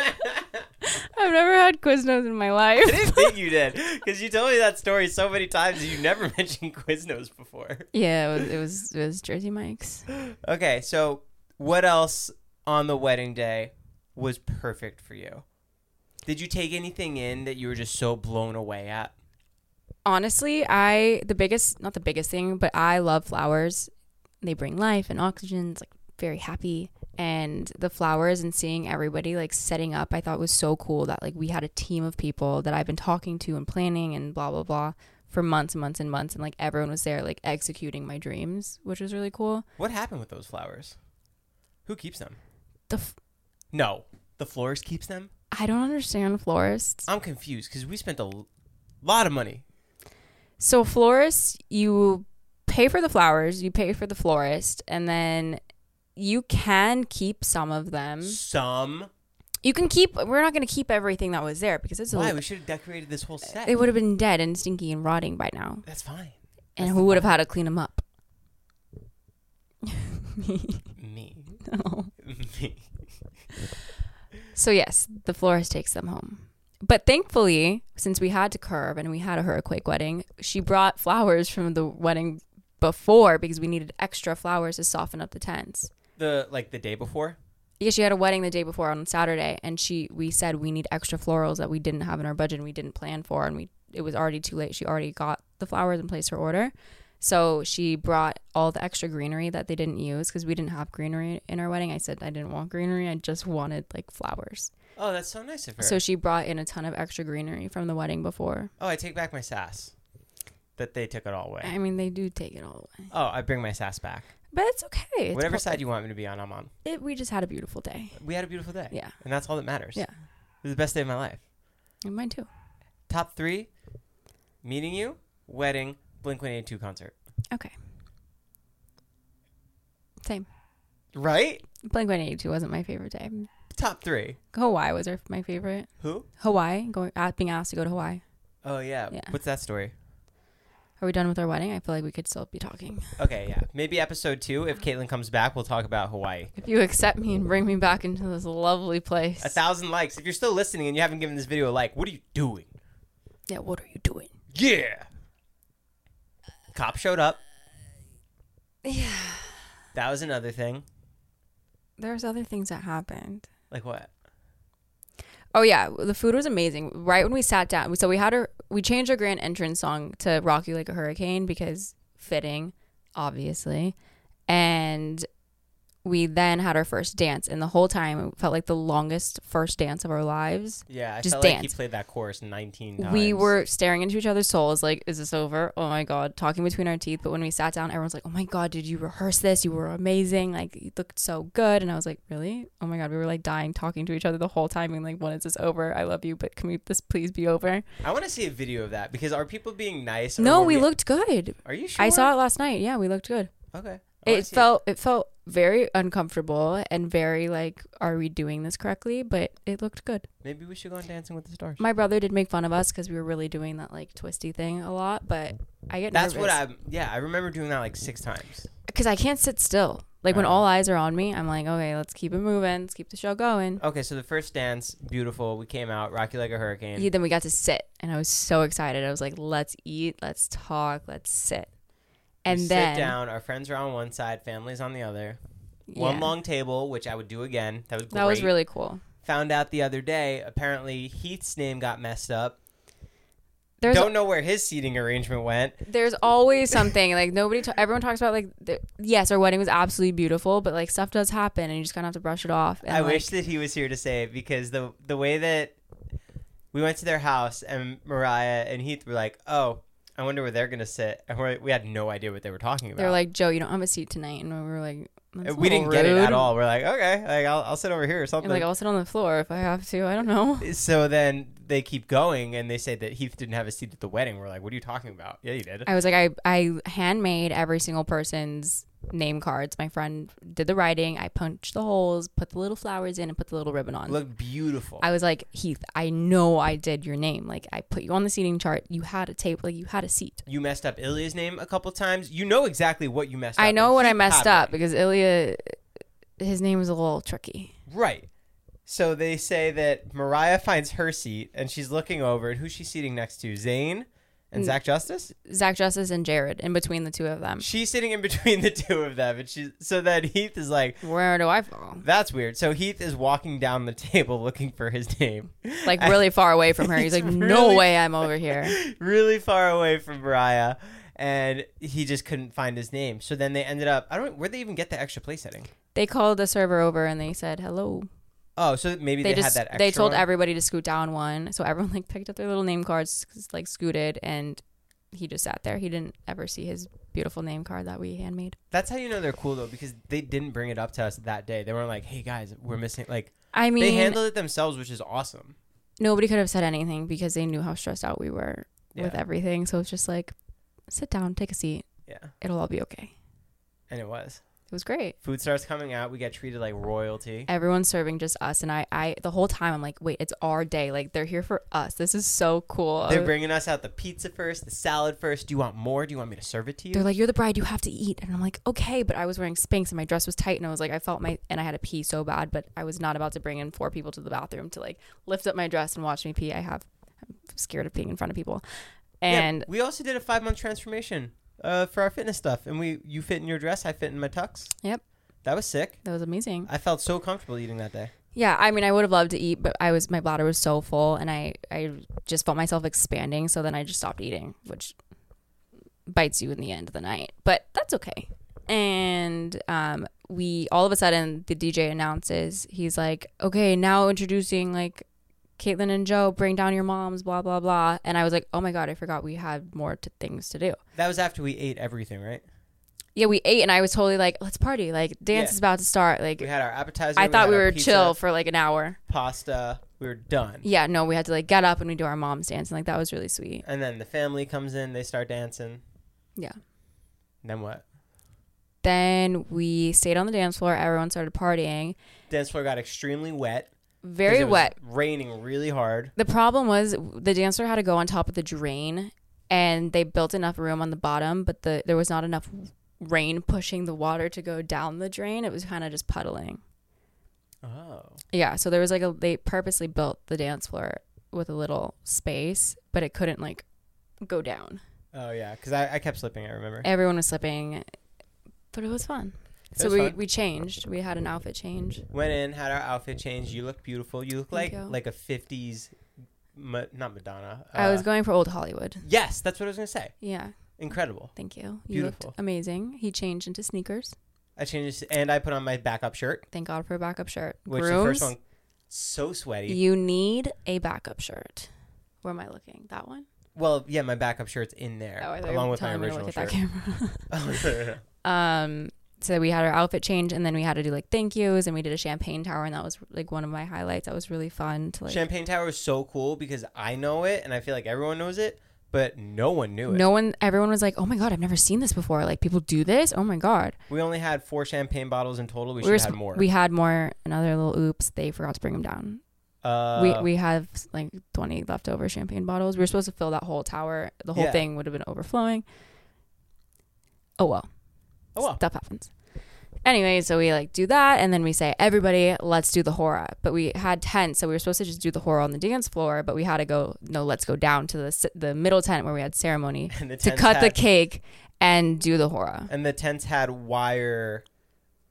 [SPEAKER 1] I've never had Quiznos in my
[SPEAKER 2] I
[SPEAKER 1] life.
[SPEAKER 2] didn't think you did because you told me that story so many times and you never mentioned Quiznos before.
[SPEAKER 1] Yeah, it was, it was it was Jersey Mike's.
[SPEAKER 2] Okay, so what else on the wedding day was perfect for you? Did you take anything in that you were just so blown away at?
[SPEAKER 1] honestly, I the biggest not the biggest thing, but I love flowers. They bring life and oxygen. It's like very happy. And the flowers and seeing everybody like setting up, I thought was so cool that like we had a team of people that I've been talking to and planning and blah blah blah for months and months and months and like everyone was there like executing my dreams, which was really cool.
[SPEAKER 2] What happened with those flowers? Who keeps them?
[SPEAKER 1] The f-
[SPEAKER 2] No, the florist keeps them.
[SPEAKER 1] I don't understand florists.
[SPEAKER 2] I'm confused because we spent a l- lot of money.
[SPEAKER 1] So florists, you pay for the flowers, you pay for the florist, and then you can keep some of them.
[SPEAKER 2] Some
[SPEAKER 1] You can keep. We're not going to keep everything that was there because it's
[SPEAKER 2] why
[SPEAKER 1] a,
[SPEAKER 2] we should have decorated this whole set.
[SPEAKER 1] it would have been dead and stinky and rotting by now,
[SPEAKER 2] That's fine.
[SPEAKER 1] and who would have had to clean them up?
[SPEAKER 2] Me,
[SPEAKER 1] No.
[SPEAKER 2] me.
[SPEAKER 1] So yes, the florist takes them home. But thankfully, since we had to curve and we had a hurricane wedding, she brought flowers from the wedding before because we needed extra flowers to soften up the tents.
[SPEAKER 2] The like the day before.
[SPEAKER 1] Yeah, she had a wedding the day before on Saturday, and she we said we need extra florals that we didn't have in our budget and we didn't plan for, and we it was already too late. She already got the flowers and placed her order, so she brought all the extra greenery that they didn't use because we didn't have greenery in our wedding. I said I didn't want greenery; I just wanted like flowers.
[SPEAKER 2] Oh, that's so nice of her.
[SPEAKER 1] So she brought in a ton of extra greenery from the wedding before.
[SPEAKER 2] oh, I take back my sass. That they took it all away.
[SPEAKER 1] I mean, they do take it all away,
[SPEAKER 2] Oh, I bring my sass back.
[SPEAKER 1] but it's okay. It's
[SPEAKER 2] Whatever
[SPEAKER 1] part-
[SPEAKER 2] side you want me to be on, I'm on.
[SPEAKER 1] it, we just had a beautiful day.
[SPEAKER 2] We had a beautiful day.
[SPEAKER 1] Yeah.
[SPEAKER 2] And that's all that matters.
[SPEAKER 1] Yeah,
[SPEAKER 2] It was the best day of my life.
[SPEAKER 1] and mine too.
[SPEAKER 2] Top three meeting you, wedding, Blink 182 concert.
[SPEAKER 1] Okay, same.
[SPEAKER 2] Right?
[SPEAKER 1] Blink 182 wasn't my favorite day.
[SPEAKER 2] Top three.
[SPEAKER 1] Hawaii was her, my favorite.
[SPEAKER 2] Who?
[SPEAKER 1] Hawaii, going uh, being asked to go to Hawaii.
[SPEAKER 2] Oh, yeah.
[SPEAKER 1] Yeah.
[SPEAKER 2] What's that story?
[SPEAKER 1] Are we done with our wedding? I feel like we could still be talking.
[SPEAKER 2] Okay, yeah. Maybe episode two, if Caitlin comes back, we'll talk about Hawaii.
[SPEAKER 1] If you accept me and bring me back into this lovely place.
[SPEAKER 2] A thousand likes. If you're still listening and you haven't given this video a like, what are you doing?
[SPEAKER 1] yeah, what are you doing?
[SPEAKER 2] Yeah. Cop showed up. Yeah. That was another thing.
[SPEAKER 1] There's other things that happened.
[SPEAKER 2] Like what?
[SPEAKER 1] Oh yeah, the food was amazing. Right when we sat down, so we had our we changed our grand entrance song to "Rock You Like a Hurricane" because fitting, obviously, and we then had our first dance. And the whole time, it felt like the longest first dance of our lives.
[SPEAKER 2] Yeah, I
[SPEAKER 1] Just
[SPEAKER 2] felt like he
[SPEAKER 1] dance.
[SPEAKER 2] played that chorus 19 times.
[SPEAKER 1] We were staring into each other's souls, like, is this over? Oh my God, talking between our teeth. But when we sat down, everyone's like, oh my God, did you rehearse this? You were amazing. Like, you looked so good. And I was like, really? Oh my God, we were like dying, talking to each other the whole time, being like, when is this over? I love you, but can we this please be over?
[SPEAKER 2] I want to see a video of that because are people being nice? or
[SPEAKER 1] no,
[SPEAKER 2] were
[SPEAKER 1] we looked good.
[SPEAKER 2] Are you sure?
[SPEAKER 1] I saw it last night. Yeah, we looked good.
[SPEAKER 2] Okay. I wanna
[SPEAKER 1] It
[SPEAKER 2] see
[SPEAKER 1] felt it felt very uncomfortable and very like, are we doing this correctly? But it looked good.
[SPEAKER 2] Maybe we should go on Dancing with the Stars.
[SPEAKER 1] My brother did make fun of us because we were really doing that like twisty thing a lot, but I get
[SPEAKER 2] That's what
[SPEAKER 1] nervous.
[SPEAKER 2] I'm. Yeah, I remember doing that like six times.
[SPEAKER 1] because I can't sit still. Like when all eyes are on me, I'm like, okay, let's keep it moving, let's keep the show going.
[SPEAKER 2] Okay, so the first dance, beautiful. We came out, rocky like a hurricane.
[SPEAKER 1] Yeah, then we got to sit, and I was so excited. I was like, let's eat, let's talk, let's sit, and
[SPEAKER 2] we
[SPEAKER 1] then
[SPEAKER 2] sit down. Our friends are on one side, family's on the other. One
[SPEAKER 1] yeah.
[SPEAKER 2] long table, which I would do again. That was great.
[SPEAKER 1] That was really cool.
[SPEAKER 2] Found out the other day. Apparently, Heath's name got messed up.
[SPEAKER 1] There's
[SPEAKER 2] Don't know where his seating arrangement went.
[SPEAKER 1] there's always something like nobody ta- everyone talks about like the- yes, our wedding was absolutely beautiful, but like stuff does happen, and you just kind of have to brush it off. And,
[SPEAKER 2] I
[SPEAKER 1] like,
[SPEAKER 2] wish that he was here to say it because the the way that we went to their house, and Mariah and Heath were like, "Oh, I wonder where they're gonna sit." And we're, we had no idea what they were talking about.
[SPEAKER 1] They were like, Joe, you don't have a seat tonight. And we were like, That's
[SPEAKER 2] we
[SPEAKER 1] a little
[SPEAKER 2] didn't get it at
[SPEAKER 1] rude."
[SPEAKER 2] all. We're like, "Okay, like I'll, I'll sit over here or
[SPEAKER 1] And
[SPEAKER 2] something."
[SPEAKER 1] like, oh. I'll sit on the floor if I have to. I don't know.
[SPEAKER 2] so then they keep going, and they say that Heath didn't have a seat at the wedding. We're like, "What are you talking about?" Yeah, you did.
[SPEAKER 1] I was like, I, I handmade every single person's name cards. My friend did the writing. I punched the holes, put the little flowers in, and put the little ribbon on.
[SPEAKER 2] Looked beautiful.
[SPEAKER 1] I was like, Heath, I know I did your name. Like, I put you on the seating chart. You had a tape. Like, you had a seat.
[SPEAKER 2] you messed up Ilya's name a couple times. You know exactly what you messed up.
[SPEAKER 1] I know
[SPEAKER 2] and
[SPEAKER 1] what I
[SPEAKER 2] Heath
[SPEAKER 1] messed
[SPEAKER 2] had
[SPEAKER 1] up because Ilya, his name was a little tricky.
[SPEAKER 2] it. Right. So they say that Mariah finds her seat, and she's looking over, and who's she seating next to? Zane
[SPEAKER 1] Mm.
[SPEAKER 2] and Zach Justice.
[SPEAKER 1] Zach Justice and Jared, in between the two of them.
[SPEAKER 2] She's sitting in between the two of them, and she's so then Heath is like,
[SPEAKER 1] Where do I fall?
[SPEAKER 2] "That's weird." So Heath is walking down the table looking for his name,
[SPEAKER 1] Like, really far away from her. He's like, no
[SPEAKER 2] really-
[SPEAKER 1] way I'm over here.
[SPEAKER 2] really far away from Mariah, and he just couldn't find his name. So then they ended up. I don't. Where'd they even get the extra play setting?
[SPEAKER 1] They called the server over and they said, hello.
[SPEAKER 2] Oh, so maybe
[SPEAKER 1] they,
[SPEAKER 2] they,
[SPEAKER 1] just
[SPEAKER 2] had that. Extra
[SPEAKER 1] they told
[SPEAKER 2] one?
[SPEAKER 1] everybody to scoot down one so everyone like picked up their little name cards s- like scooted and he just sat there he didn't ever see his beautiful name card that we handmade
[SPEAKER 2] That's how you know they're cool though, because they didn't bring it up to us that day. They weren't like, "Hey guys, we're missing." Like
[SPEAKER 1] i
[SPEAKER 2] they
[SPEAKER 1] mean
[SPEAKER 2] handled it themselves, which is awesome.
[SPEAKER 1] nobody could have said anything because they knew how stressed out we were with
[SPEAKER 2] Yeah.
[SPEAKER 1] everything so it's just like sit down take a seat
[SPEAKER 2] Yeah,
[SPEAKER 1] it'll all be okay
[SPEAKER 2] and it was.
[SPEAKER 1] it was great
[SPEAKER 2] Food starts coming out. We got treated like royalty.
[SPEAKER 1] everyone's serving just us and i i the whole time i'm like wait it's our day like they're here for us this is so cool
[SPEAKER 2] They're bringing us out the pizza first, the salad first. Do you want more? Do you want me to serve it to you?
[SPEAKER 1] They're like, "You're the bride, you have to eat," and I'm like, "Okay," but I was wearing Spanx and my dress was tight, and I was like, I felt my and I had to pee so bad, but I was not about to bring in four people to the bathroom to like lift up my dress and watch me pee. I have, I'm scared of peeing in front of people,
[SPEAKER 2] Yeah,
[SPEAKER 1] and
[SPEAKER 2] we also did a five month transformation uh, for our fitness stuff, and we you fit in your dress, I fit in my tux.
[SPEAKER 1] yep,
[SPEAKER 2] That was sick.
[SPEAKER 1] that was amazing.
[SPEAKER 2] I felt so comfortable eating that day.
[SPEAKER 1] Yeah, I mean, I would have loved to eat, but I was my bladder was so full, and I I just felt myself expanding, so then I just stopped eating, which bites you in the end of the night, but that's okay. And um, we all of a sudden the DJ announces he's like, okay, now introducing like Caitlin and Joe, bring down your moms, blah blah blah, and I was like, oh my god, I forgot we had more to, things to do.
[SPEAKER 2] That was after we ate everything, right?
[SPEAKER 1] Yeah, we ate, and I was totally like, let's party, like dance
[SPEAKER 2] Yeah.
[SPEAKER 1] is about to start, like.
[SPEAKER 2] We had our appetizer.
[SPEAKER 1] I thought
[SPEAKER 2] had
[SPEAKER 1] we
[SPEAKER 2] our
[SPEAKER 1] were
[SPEAKER 2] pizza,
[SPEAKER 1] chill for like an hour.
[SPEAKER 2] Pasta. We were done.
[SPEAKER 1] yeah, no, we had to like get up and we do our mom's dance, and like that was really sweet.
[SPEAKER 2] And then the family comes in. They start dancing.
[SPEAKER 1] Yeah.
[SPEAKER 2] Then what?
[SPEAKER 1] Then we stayed on the dance floor. Everyone started partying.
[SPEAKER 2] Dance floor got extremely wet. 'cause
[SPEAKER 1] Very
[SPEAKER 2] it was
[SPEAKER 1] wet.
[SPEAKER 2] Raining really hard.
[SPEAKER 1] The problem was the dancer had to go on top of the drain, and they built enough room on the bottom, but the there was not enough rain pushing the water to go down the drain. It was kind of just puddling.
[SPEAKER 2] Oh.
[SPEAKER 1] Yeah, so there was like a they purposely built the dance floor with a little space, but it couldn't like go down.
[SPEAKER 2] Oh yeah, because I, I kept slipping. I remember.
[SPEAKER 1] Everyone was slipping, but it was fun. so
[SPEAKER 2] was
[SPEAKER 1] we,
[SPEAKER 2] fun.
[SPEAKER 1] we changed. We had an outfit change.
[SPEAKER 2] Went in, had our outfit changed. You look beautiful. You look like
[SPEAKER 1] you.
[SPEAKER 2] like a '50s, ma- not Madonna.
[SPEAKER 1] I was
[SPEAKER 2] uh,
[SPEAKER 1] going for old Hollywood.
[SPEAKER 2] Yes, that's what I was gonna say.
[SPEAKER 1] Yeah,
[SPEAKER 2] Incredible.
[SPEAKER 1] thank you. You
[SPEAKER 2] Beautiful.
[SPEAKER 1] looked amazing. He changed into sneakers.
[SPEAKER 2] I changed this- and I put on my backup shirt,
[SPEAKER 1] Thank God for a backup shirt.
[SPEAKER 2] which
[SPEAKER 1] Grooms,
[SPEAKER 2] the first one so sweaty.
[SPEAKER 1] you need a backup shirt. Where am I looking? That one? Oh,
[SPEAKER 2] well, yeah, my backup shirt's in there
[SPEAKER 1] I thought you
[SPEAKER 2] along
[SPEAKER 1] were
[SPEAKER 2] with my
[SPEAKER 1] telling me to
[SPEAKER 2] original
[SPEAKER 1] look at
[SPEAKER 2] shirt.
[SPEAKER 1] that camera.
[SPEAKER 2] camera.
[SPEAKER 1] um, so we had our outfit change, and then we had to do like thank yous, and we did a champagne tower, and that was like one of my highlights. That was really fun to like.
[SPEAKER 2] Champagne Tower is so cool because I know it and I feel like everyone knows it, but no one knew it.
[SPEAKER 1] no one, everyone was like, "Oh my god, I've never seen this before." Like people do this. Oh my god.
[SPEAKER 2] We only had four champagne bottles in total. We,
[SPEAKER 1] We,
[SPEAKER 2] should
[SPEAKER 1] were
[SPEAKER 2] have had
[SPEAKER 1] sp-
[SPEAKER 2] more.
[SPEAKER 1] we had more. Another little oops. They forgot to bring them down.
[SPEAKER 2] uh,
[SPEAKER 1] we we have like 20 leftover champagne bottles. We were supposed to fill that whole tower. The whole
[SPEAKER 2] Yeah.
[SPEAKER 1] thing would have been overflowing. Oh well.
[SPEAKER 2] Oh, well.
[SPEAKER 1] Stuff happens. Anyway, so we like do that and then we say everybody, let's do the hora. But we had tents, so we were supposed to just do the hora on the dance floor, but we had to go no, let's go down to the s- the middle tent where we had ceremony
[SPEAKER 2] And the
[SPEAKER 1] to
[SPEAKER 2] tents
[SPEAKER 1] cut the
[SPEAKER 2] had-
[SPEAKER 1] cake and do the hora.
[SPEAKER 2] and the tents had wire,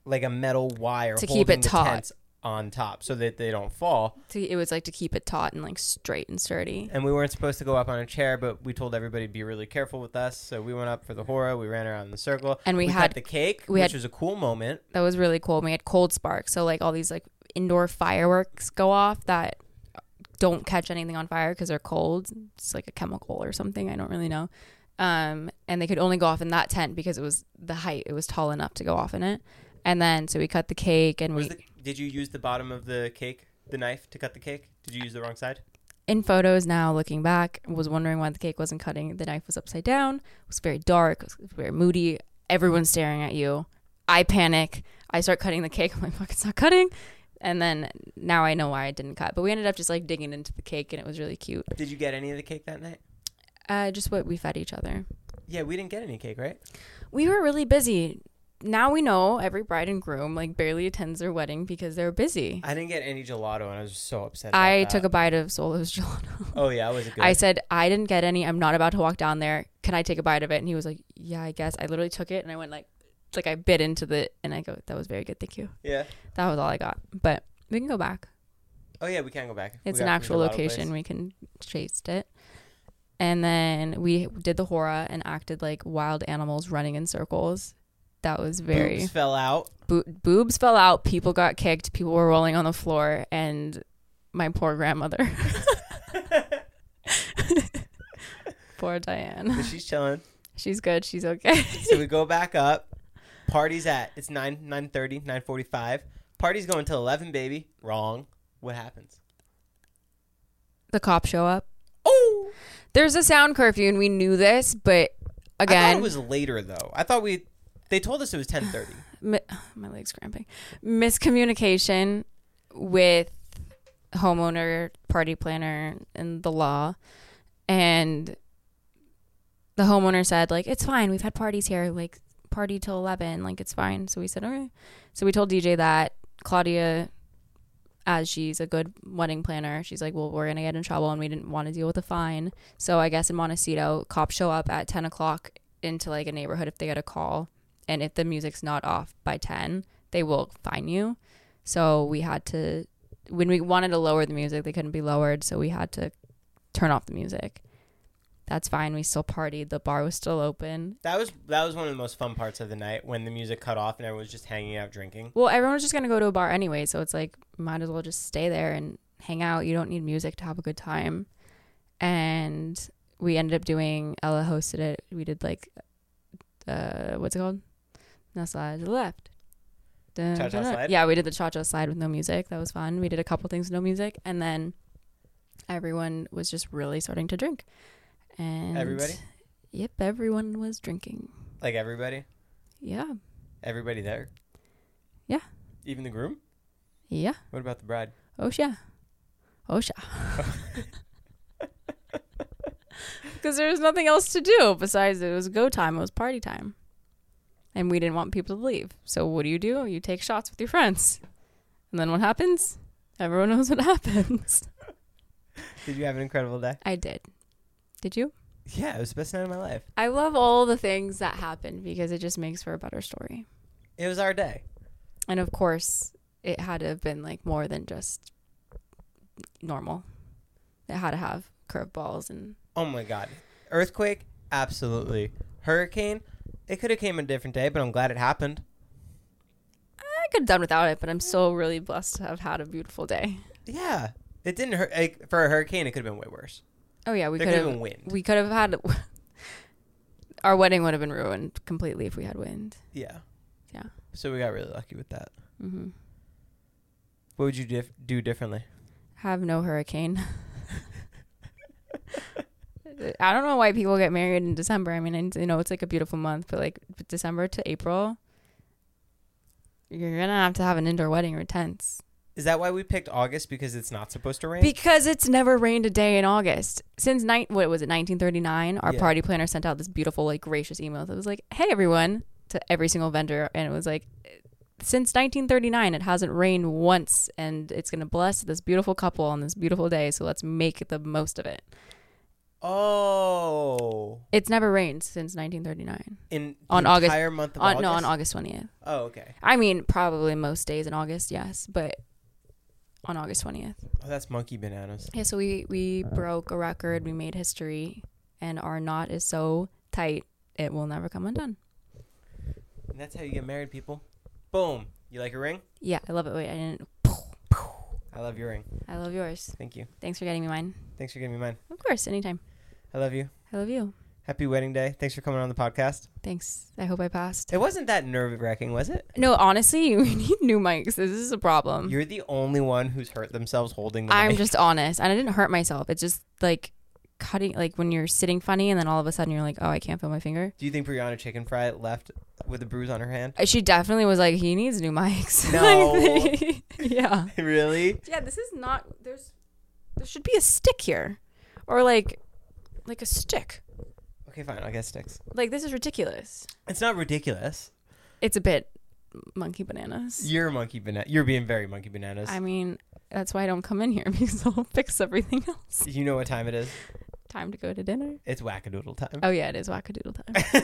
[SPEAKER 2] like a metal wire
[SPEAKER 1] To keep
[SPEAKER 2] holding
[SPEAKER 1] it
[SPEAKER 2] the
[SPEAKER 1] taut.
[SPEAKER 2] tents on top so that they don't fall.
[SPEAKER 1] To, it was like to keep it taut and like straight and sturdy.
[SPEAKER 2] And we weren't supposed to go up on a chair, but we told everybody to be really careful with us. So we went up for the horror. We ran around in the circle.
[SPEAKER 1] And we
[SPEAKER 2] cut
[SPEAKER 1] had-
[SPEAKER 2] the cake,
[SPEAKER 1] we
[SPEAKER 2] which
[SPEAKER 1] had-
[SPEAKER 2] was a cool moment.
[SPEAKER 1] That was really cool. And we had cold sparks, so like all these like indoor fireworks go off that don't catch anything on fire because they're cold. It's like a chemical or something. I don't really know. Um, and they could only go off in that tent because it was the height. It was tall enough to go off in it. And then so we cut the cake and
[SPEAKER 2] Was
[SPEAKER 1] we
[SPEAKER 2] the, did you use the bottom of the cake, the knife, to cut the cake? Did you use the wrong side?
[SPEAKER 1] in photos now looking back was wondering why the cake wasn't cutting the knife was upside down it was very dark it was very moody everyone's staring at you i panic i start cutting the cake i'm like fuck it's not cutting and then now i know why i didn't cut but we ended up just like digging into the cake and it was really cute
[SPEAKER 2] Did you get any of the cake that night?
[SPEAKER 1] uh, just what we fed each other
[SPEAKER 2] Yeah, we didn't get any cake, right?
[SPEAKER 1] we were really busy now we know every bride and groom like barely attends their wedding because they're busy
[SPEAKER 2] I didn't get any gelato, and I was so upset. About
[SPEAKER 1] i
[SPEAKER 2] that.
[SPEAKER 1] took a bite of solo's gelato
[SPEAKER 2] Oh yeah, I was a good.
[SPEAKER 1] I said, I didn't get any. I'm not about to walk down there. Can I take a bite of it? And he was like, Yeah, I guess. I literally took it and I went like, like I bit into the, and I go, That was very good. Thank you.
[SPEAKER 2] yeah.
[SPEAKER 1] That was all I got. But we can go back.
[SPEAKER 2] Oh yeah, we can go back.
[SPEAKER 1] It's
[SPEAKER 2] We
[SPEAKER 1] an
[SPEAKER 2] got from
[SPEAKER 1] actual
[SPEAKER 2] gelato
[SPEAKER 1] location.
[SPEAKER 2] place.
[SPEAKER 1] We can taste it. And then we did the hora and acted like wild animals running in circles. That was very
[SPEAKER 2] Boobs fell out.
[SPEAKER 1] bo- boobs fell out. People got kicked. People were rolling on the floor, and my poor grandmother. poor Diane.
[SPEAKER 2] But she's chilling.
[SPEAKER 1] She's good. She's okay.
[SPEAKER 2] so we go back up. Party's at it's nine nine thirty nine forty five. Party's going till eleven, baby. Wrong. What happens?
[SPEAKER 1] the cops show up.
[SPEAKER 2] Oh,
[SPEAKER 1] There's a sound curfew, and we knew this, but
[SPEAKER 2] I thought
[SPEAKER 1] again,
[SPEAKER 2] it was later though. I thought we they told us it was ten thirty.
[SPEAKER 1] mi- my legs cramping. Miscommunication with homeowner, party planner, and the law, and the homeowner said like it's fine. We've had parties here, like party till eleven, like it's fine. So we said okay. So we told DJ that Claudia. As she's a good wedding planner, she's like, "Well, we're gonna get in trouble, and we didn't want to deal with a fine." So I guess in Montecito, cops show up at ten o'clock into like a neighborhood if they get a call, and if the music's not off by 10 they will fine you so we had to when we wanted to lower the music they couldn't be lowered so we had to turn off the music that's fine we still partied the bar was still open
[SPEAKER 2] That was that was one of the most fun parts of the night when the music cut off and everyone was just hanging out drinking.
[SPEAKER 1] well everyone was just going to go to a bar anyway so it's like might as well just stay there and hang out you don't need music to have a good time and we ended up doing ella hosted it we did like uh what's it called now slide to the left Dun,
[SPEAKER 2] Cha-cha
[SPEAKER 1] dun, dun.
[SPEAKER 2] slide?
[SPEAKER 1] yeah we did the cha-cha slide with no music that was fun we did a couple things with no music and then everyone was just really starting to drink and
[SPEAKER 2] Everybody?
[SPEAKER 1] yep everyone was drinking
[SPEAKER 2] Like everybody,
[SPEAKER 1] yeah
[SPEAKER 2] everybody there.
[SPEAKER 1] Yeah.
[SPEAKER 2] Even the groom.
[SPEAKER 1] yeah
[SPEAKER 2] What about the bride?
[SPEAKER 1] Oh yeah. Oh yeah. Because there was nothing else to do besides it was go time, it was party time. And we didn't want people to leave. So what do you do? You take shots with your friends. And then what happens? Everyone knows what happens.
[SPEAKER 2] Did you have an incredible day?
[SPEAKER 1] I did. Did you?
[SPEAKER 2] Yeah, it was the best night of my life.
[SPEAKER 1] I love all the things that happened because it just makes for a better story.
[SPEAKER 2] It was our day.
[SPEAKER 1] And of course, it had to have been like more than just normal. It had to have curveballs and
[SPEAKER 2] Oh my god. Earthquake? Absolutely. Hurricane? It could have came a different day, but I'm glad it happened.
[SPEAKER 1] I could have done without it, but I'm so really blessed to have had a beautiful day.
[SPEAKER 2] Yeah. It didn't hurt like, for a hurricane it could have been way worse.
[SPEAKER 1] Oh yeah, we
[SPEAKER 2] There
[SPEAKER 1] could
[SPEAKER 2] could've
[SPEAKER 1] have
[SPEAKER 2] been wind.
[SPEAKER 1] We could have had our wedding would have been ruined completely if we had wind.
[SPEAKER 2] Yeah.
[SPEAKER 1] Yeah.
[SPEAKER 2] So we got really lucky with that.
[SPEAKER 1] hmm
[SPEAKER 2] What would you dif- do differently?
[SPEAKER 1] Have no hurricane. I don't know why people get married in December. I mean, and, you know, it's like a beautiful month, but like December to April, you're gonna have to have an indoor wedding or tents.
[SPEAKER 2] Is that why we picked August because it's not supposed to rain?
[SPEAKER 1] Because it's never rained a day in August since night. What was it? 1939. Our
[SPEAKER 2] Yeah.
[SPEAKER 1] party planner sent out this beautiful, like, gracious email that was like, "Hey, everyone," to every single vendor, and it was like, "Since 1939, it hasn't rained once, and it's gonna bless this beautiful couple on this beautiful day. So let's make the most of it."
[SPEAKER 2] oh.
[SPEAKER 1] It's never rained since 1939
[SPEAKER 2] In the
[SPEAKER 1] on August.
[SPEAKER 2] entire month of
[SPEAKER 1] on,
[SPEAKER 2] August.
[SPEAKER 1] No, on August 20th.
[SPEAKER 2] Oh, okay.
[SPEAKER 1] I mean, probably most days in August, yes, but on August 20th.
[SPEAKER 2] Oh, that's monkey bananas.
[SPEAKER 1] Yeah, so we we broke a record, we made history, and our knot is so tight it will never come undone.
[SPEAKER 2] And that's how you get married, people. Boom. You like a ring?
[SPEAKER 1] Yeah, I love it. Wait, I didn't.
[SPEAKER 2] I I love your ring.
[SPEAKER 1] I love yours.
[SPEAKER 2] Thank you.
[SPEAKER 1] Thanks for getting me mine.
[SPEAKER 2] Thanks for giving me mine.
[SPEAKER 1] Of course, anytime.
[SPEAKER 2] I love you.
[SPEAKER 1] I love you.
[SPEAKER 2] Happy wedding day. Thanks for coming on the podcast.
[SPEAKER 1] Thanks. I hope I passed.
[SPEAKER 2] It wasn't that nerve wracking, was it?
[SPEAKER 1] No, honestly, we need new mics. This is a problem.
[SPEAKER 2] You're the only one who's hurt themselves holding the
[SPEAKER 1] I'm
[SPEAKER 2] mic.
[SPEAKER 1] just honest, and I didn't hurt myself. It's just like cutting, like when you're sitting funny, and then all of a sudden you're like, oh, I can't feel my finger.
[SPEAKER 2] Do you think Brianna Chicken Fry left with a bruise on her hand?
[SPEAKER 1] Uh, She definitely was like, he needs new mics.
[SPEAKER 2] No.
[SPEAKER 1] Like, yeah.
[SPEAKER 2] really?
[SPEAKER 1] Yeah, this is not. There's there should be a stick here, or like like a stick.
[SPEAKER 2] Okay, fine. I'll get sticks.
[SPEAKER 1] Like this is ridiculous.
[SPEAKER 2] It's not ridiculous.
[SPEAKER 1] It's a bit monkey bananas.
[SPEAKER 2] You're a monkey banana. You're being very monkey bananas.
[SPEAKER 1] I mean, that's why I don't come in here because I'll fix everything else.
[SPEAKER 2] you know what time it is?
[SPEAKER 1] Time to go to dinner.
[SPEAKER 2] It's wackadoodle time.
[SPEAKER 1] Oh yeah, it is wackadoodle time.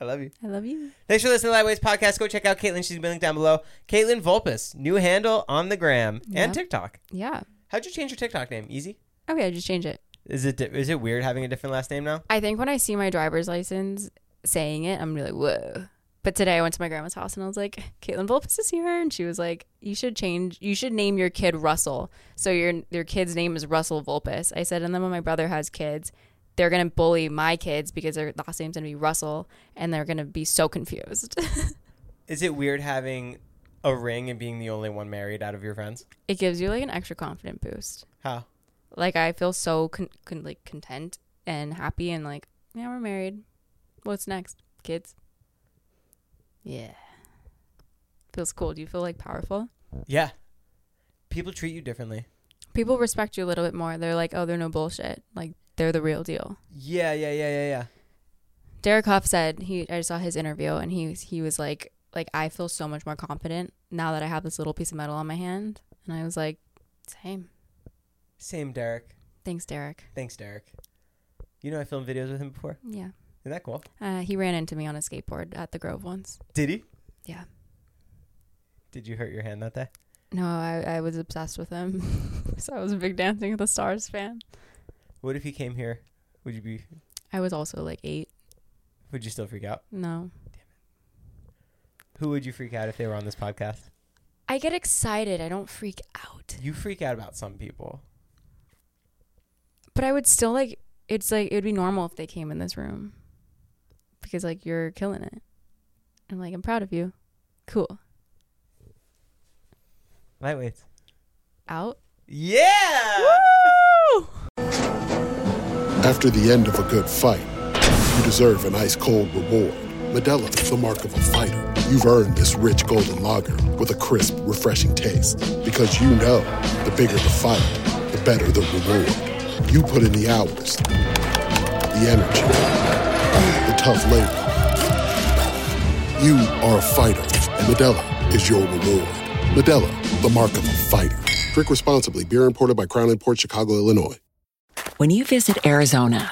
[SPEAKER 2] I love you.
[SPEAKER 1] I love you.
[SPEAKER 2] Thanks for listening to Lightweights Podcast. Go check out Caitlin. She's been linked down below. Caitlin Volpus, new handle on the gram
[SPEAKER 1] Yep.
[SPEAKER 2] and TikTok.
[SPEAKER 1] Yeah.
[SPEAKER 2] How'd you change your TikTok name? Easy?
[SPEAKER 1] Oh yeah, just change it.
[SPEAKER 2] Is it di- is it weird having a different last name now?
[SPEAKER 1] I think when I see my driver's license saying it, I'm really like, whoa. But today I went to my grandma's house and I was like, Caitlin Volpus is here. And she was like, you should change, you should name your kid Russell. So your their kid's name is Russell Volpus. I said, and then when my brother has kids, they're going to bully my kids because their last name's going to be Russell and they're going to be so confused.
[SPEAKER 2] Is it weird having a ring and being the only one married out of your friends?
[SPEAKER 1] it gives you like an extra confident boost.
[SPEAKER 2] How?
[SPEAKER 1] Like I feel so con- con- like content and happy and like, yeah, we're married. What's next? Kids. Yeah. Feels cool. Do you feel like powerful?
[SPEAKER 2] Yeah. People treat you differently.
[SPEAKER 1] People respect you a little bit more. They're like, oh, they're no bullshit. Like they're the real deal.
[SPEAKER 2] Yeah, yeah, yeah, yeah, yeah.
[SPEAKER 1] Derek Huff said he. I saw his interview and he he was like, like I feel so much more confident now that I have this little piece of metal on my hand. And I was like, same.
[SPEAKER 2] Same Derek.
[SPEAKER 1] Thanks, Derek.
[SPEAKER 2] Thanks, Derek. You know I filmed videos with him before.
[SPEAKER 1] Yeah.
[SPEAKER 2] Isn't that cool?
[SPEAKER 1] Uh, he ran into me on a skateboard at the Grove once.
[SPEAKER 2] Did he?
[SPEAKER 1] Yeah.
[SPEAKER 2] Did you hurt your hand that day?
[SPEAKER 1] No, I, I was obsessed with him. so I was a big Dancing with the Stars fan.
[SPEAKER 2] What if he came here? Would you be
[SPEAKER 1] I was also like eight.
[SPEAKER 2] would you still freak out?
[SPEAKER 1] No.
[SPEAKER 2] Who would you freak out if they were on this podcast?
[SPEAKER 1] I get excited. I don't freak out.
[SPEAKER 2] You freak out about some people.
[SPEAKER 1] But I would still like, it's like, it would be normal if they came in this room. Because like, you're killing it. I'm like, I'm proud of you. Cool.
[SPEAKER 2] Lightweights.
[SPEAKER 1] Out.
[SPEAKER 2] Yeah!
[SPEAKER 3] After the end of a good fight, you deserve an ice cold reward. Medella, the mark of a fighter. You've earned this rich golden lager with a crisp, refreshing taste. Because you know the bigger the fight, the better the reward. You put in the hours, the energy, the tough labor. You are a fighter, and Medella is your reward. Medella, the mark of a fighter. Drink responsibly, beer imported by Crown Port Chicago, Illinois.
[SPEAKER 5] When you visit Arizona,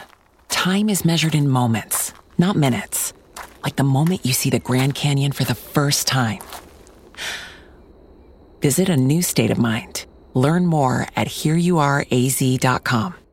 [SPEAKER 5] time is measured in moments, not minutes. Like the moment you see the Grand Canyon for the first time. Visit a new state of mind. Learn more at hereyouareaz.com.